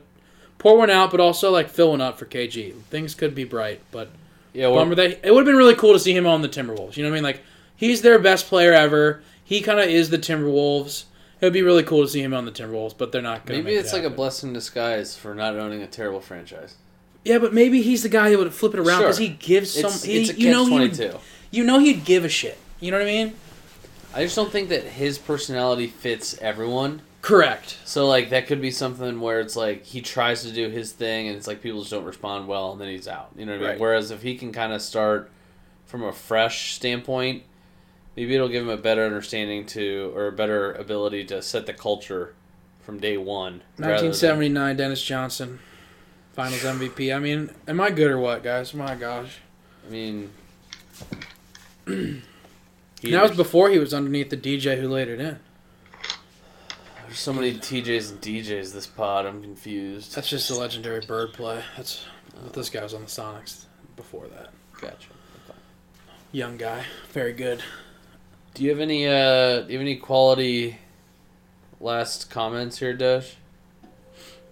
A: pour one out, but also like fill one up for KG. Things could be bright, but
B: Yeah, we're-
A: Bummer that it would have been really cool to see him on the Timberwolves. You know what I mean? Like he's their best player ever. He kind of is the Timberwolves. It would be really cool to see him on the Timberwolves, but they're not going. to
B: maybe it's like a blessing in disguise for not owning a terrible franchise.
A: yeah, but maybe he's the guy that would flip it around because
B: Sure.
A: he gives some.
B: It's,
A: he,
B: it's a catch
A: you know, he would,
B: twenty-two.
A: you know, he'd give a shit. You know what I mean?
B: I just don't think that his personality fits everyone.
A: Correct.
B: So like that could be something where it's like he tries to do his thing and it's like people just don't respond well and then he's out. You know what I mean?
A: Right.
B: Whereas if he can kind of start from a fresh standpoint, maybe it'll give him a better understanding to or a better ability to set the culture from day one. rather than-
A: 1979, Dennis Johnson, Finals MVP. I mean, am I good or what, guys? My gosh.
B: I mean,
A: And that was before he was underneath the DJ who laid it in.
B: there's so many TJs and DJs this pod. I'm confused.
A: That's just a legendary bird play. That's but this guy was on the Sonics before that.
B: Gotcha.
A: Young guy, very good.
B: Do you have any uh do you have any quality last comments here, Dash?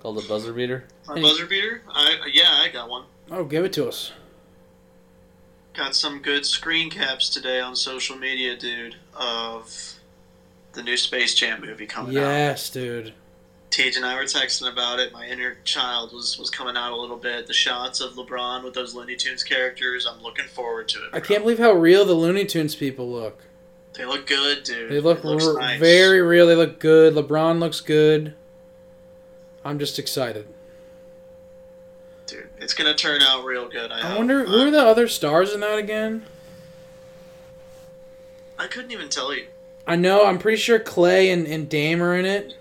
B: Called the buzzer beater.
C: My
A: Hey.
C: buzzer beater? I yeah, I got one.
A: Oh, give it to us.
C: Got some good screen caps today on social media, dude, of the new Space Jam movie coming out.
A: Yes, dude.
C: Tage and I were texting about it. My inner child was, was coming out a little bit. The shots of LeBron with those Looney Tunes characters, I'm looking forward to it.
A: I
C: bro.
A: can't believe how real the Looney Tunes people look.
C: They look good, dude.
A: They look
C: It looks
A: r-
C: nice.
A: very real. They look good. LeBron looks good. I'm just excited.
C: Dude, it's gonna turn out real good. I,
A: I
C: hope.
A: wonder who are the other stars in that again.
C: I couldn't even tell you.
A: I know. I'm pretty sure Clay and, and Dame are in it.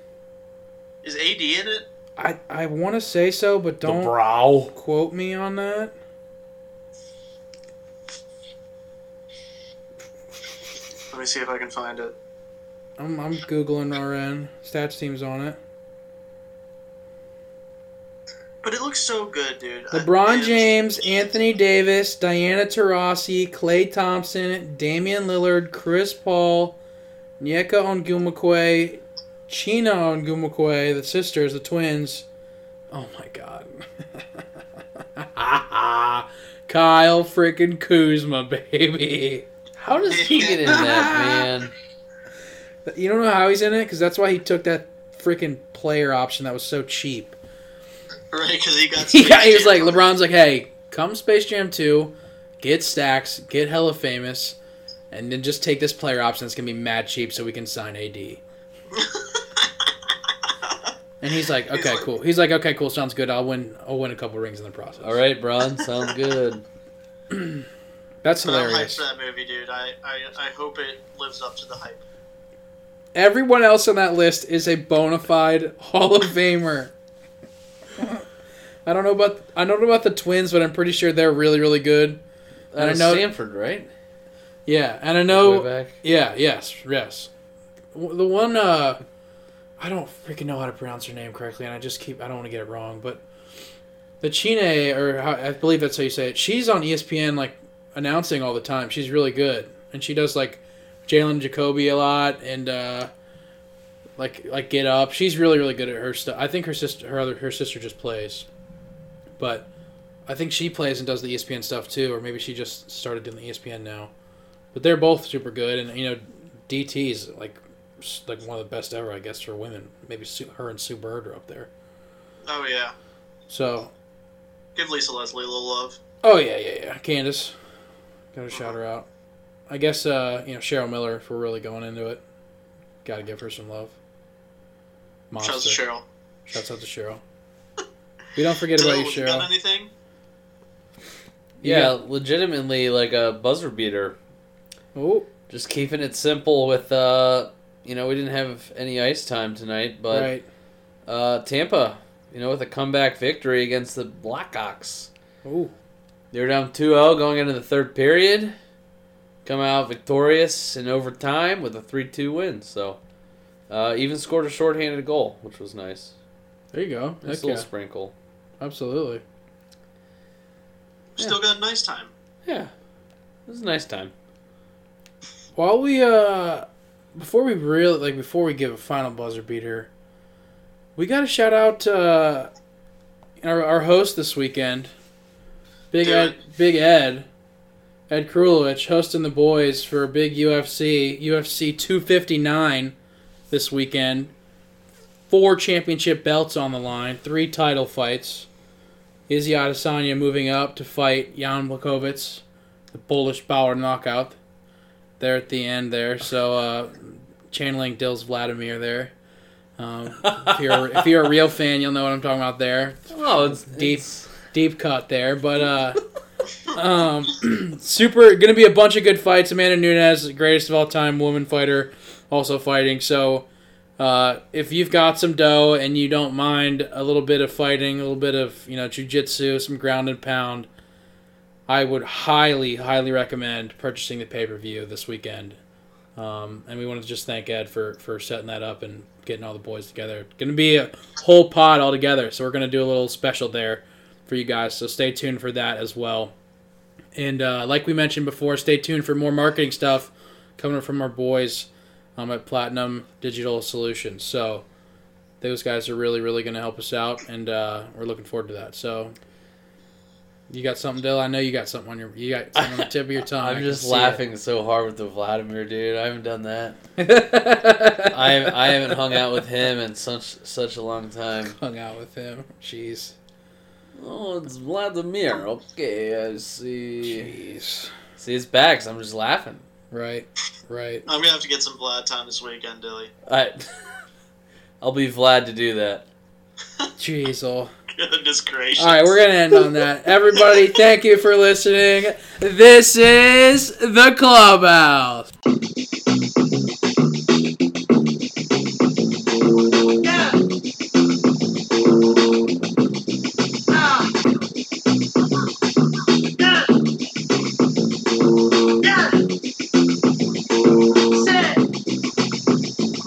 C: Is AD in it?
A: I I want to say so, but don't
B: brow.
A: quote me on that.
C: Let me see if I can find it.
A: I'm I'm googling RN stats teams on it.
C: But it looks so good, dude. I-
A: LeBron
C: man,
A: James,
C: [LAUGHS]
A: Anthony Davis, Diana Taurasi, Clay Thompson, Damian Lillard, Chris Paul, Nyeka Ongumakwe, Chino Ongumakwe, the sisters, the twins. Oh my god. [LAUGHS] Kyle freaking Kuzma, baby.
B: How does he [LAUGHS] get in that man?
A: You don't know how he's in it? Because that's why he took that freaking player option that was so cheap.
C: Right, because
A: [LAUGHS]
C: he got.
A: he, got, he was
C: Space
A: like,
C: Jam.
A: LeBron's like, hey, come Space Jam 2, get stacks, get hella famous, and then just take this player option that's going to be mad cheap so we can sign AD. and he's like, okay,
C: like-
A: cool. He's like, okay, cool, sounds good. I'll win I'll win a couple rings in the process.
B: All right, Bron, sounds good.
A: That's
C: I'm hyped
A: hilarious.
C: for that movie, dude. I, I, I hope it lives up to the hype.
A: Everyone else on that list is a bona fide [LAUGHS] Hall of Famer. I don't know about I don't know about the twins, but I'm pretty sure they're really, really good.
B: That
A: I
B: was
A: know-
B: Uh, Stanford, right?
A: Yeah, and I
B: Way
A: know
B: back.
A: Yeah, yes, yes. W- The one uh I don't freaking know how to pronounce her name correctly and I just keep I don't want to get it wrong, but the Chine or how, I believe that's how you say it. She's on E ESPN like announcing all the time. She's really good. And she does like Jalen Jacoby a lot and uh like like Get Up. She's really really good at her stuff. I think her sister her other her sister just plays, but I think she plays and does the E ESPN stuff too, or maybe she just started doing the E ESPN now. But they're both super good, and you know, DT's like s- like one of the best ever, I guess, for women. Maybe Sue, her and Sue Bird are up there.
C: Oh yeah,
A: So
C: give Lisa Leslie a little love.
A: oh yeah yeah yeah, Candace, gotta shout her out. I guess uh, you know Cheryl Miller if we're really going into it. Gotta give her some love.
C: Shout out to
A: Monster.
C: Cheryl.
A: Shouts out to Cheryl. We don't
C: [LAUGHS]
A: forget about
C: Dylan,
A: you,
C: have you done
A: Cheryl.
C: anything?
A: You
B: Yeah, legitimately like a buzzer beater.
A: Oh,
B: Just keeping it simple with uh you know, we didn't have any ice time tonight, but
A: right.
B: uh Tampa, you know, with a comeback victory against the Blackhawks.
A: Oh,
B: They were down 2-0 going into the third period. Come out victorious in overtime with a 3-2 win. So, uh, even scored a shorthanded goal, which was nice.
A: there you go.
B: Nice
A: Heck
B: little
A: yeah.
B: sprinkle.
A: Absolutely.
B: Yeah.
C: Still got a nice time.
B: Yeah. It was a nice time.
A: While we uh, before we really like before we give a final buzzer beater, we got to shout out uh, our our host this weekend, Big
C: Do
A: Ed, Big Ed, Ed Krulwich hosting the boys for a big UFC UFC 259 this weekend. Four championship belts on the line, three title fights. Izzy Adesanya moving up to fight Jan Blachowicz, the Polish power knockout there at the end there. So uh, channeling Dill's Vladimir there. Um, if, you're, if you're a real fan, you'll know what I'm talking about there.
B: Oh, it's
A: Deep.
B: it's-
A: Deep cut there, but uh, um, [CLEARS THROAT] super gonna be a bunch of good fights. Amanda Nunes, greatest of all time woman fighter, also fighting. So uh, if you've got some dough and you don't mind a little bit of fighting, a little bit of you know jujitsu, some ground and pound, I would highly, highly recommend purchasing the pay per view this weekend. Um, and we want to just thank Ed for, for setting that up and getting all the boys together. Going to be a whole pod all together, so we're going to do a little special there for you guys. So stay tuned for that as well. And uh, like we mentioned before, stay tuned for more marketing stuff coming from our boys um, at Platinum Digital Solutions. So those guys are really, really going to help us out, and uh, we're looking forward to that. So you got something, Dill? I know you got something on your you got something on the tip of
B: [LAUGHS]
A: your tongue. I
B: I'm
A: can
B: just
A: see it.
B: laughing so hard with the Vladimir dude. I haven't done that. I I haven't hung out with him in such such a long time.
A: hung out with him. Jeez.
B: Oh, it's Vladimir. Okay, I see.
A: Jeez.
B: See, it's back. 'cause I'm just laughing.
A: Right. Right.
C: I'm gonna Uh, have to get some Vlad time this weekend, Dilly. [LAUGHS]
B: I [LAUGHS] I'll be Vlad to do that.
A: Jeez. oh.
C: Goodness gracious!
A: All right, we're gonna end on that. Everybody, thank you for listening. This is the clubhouse.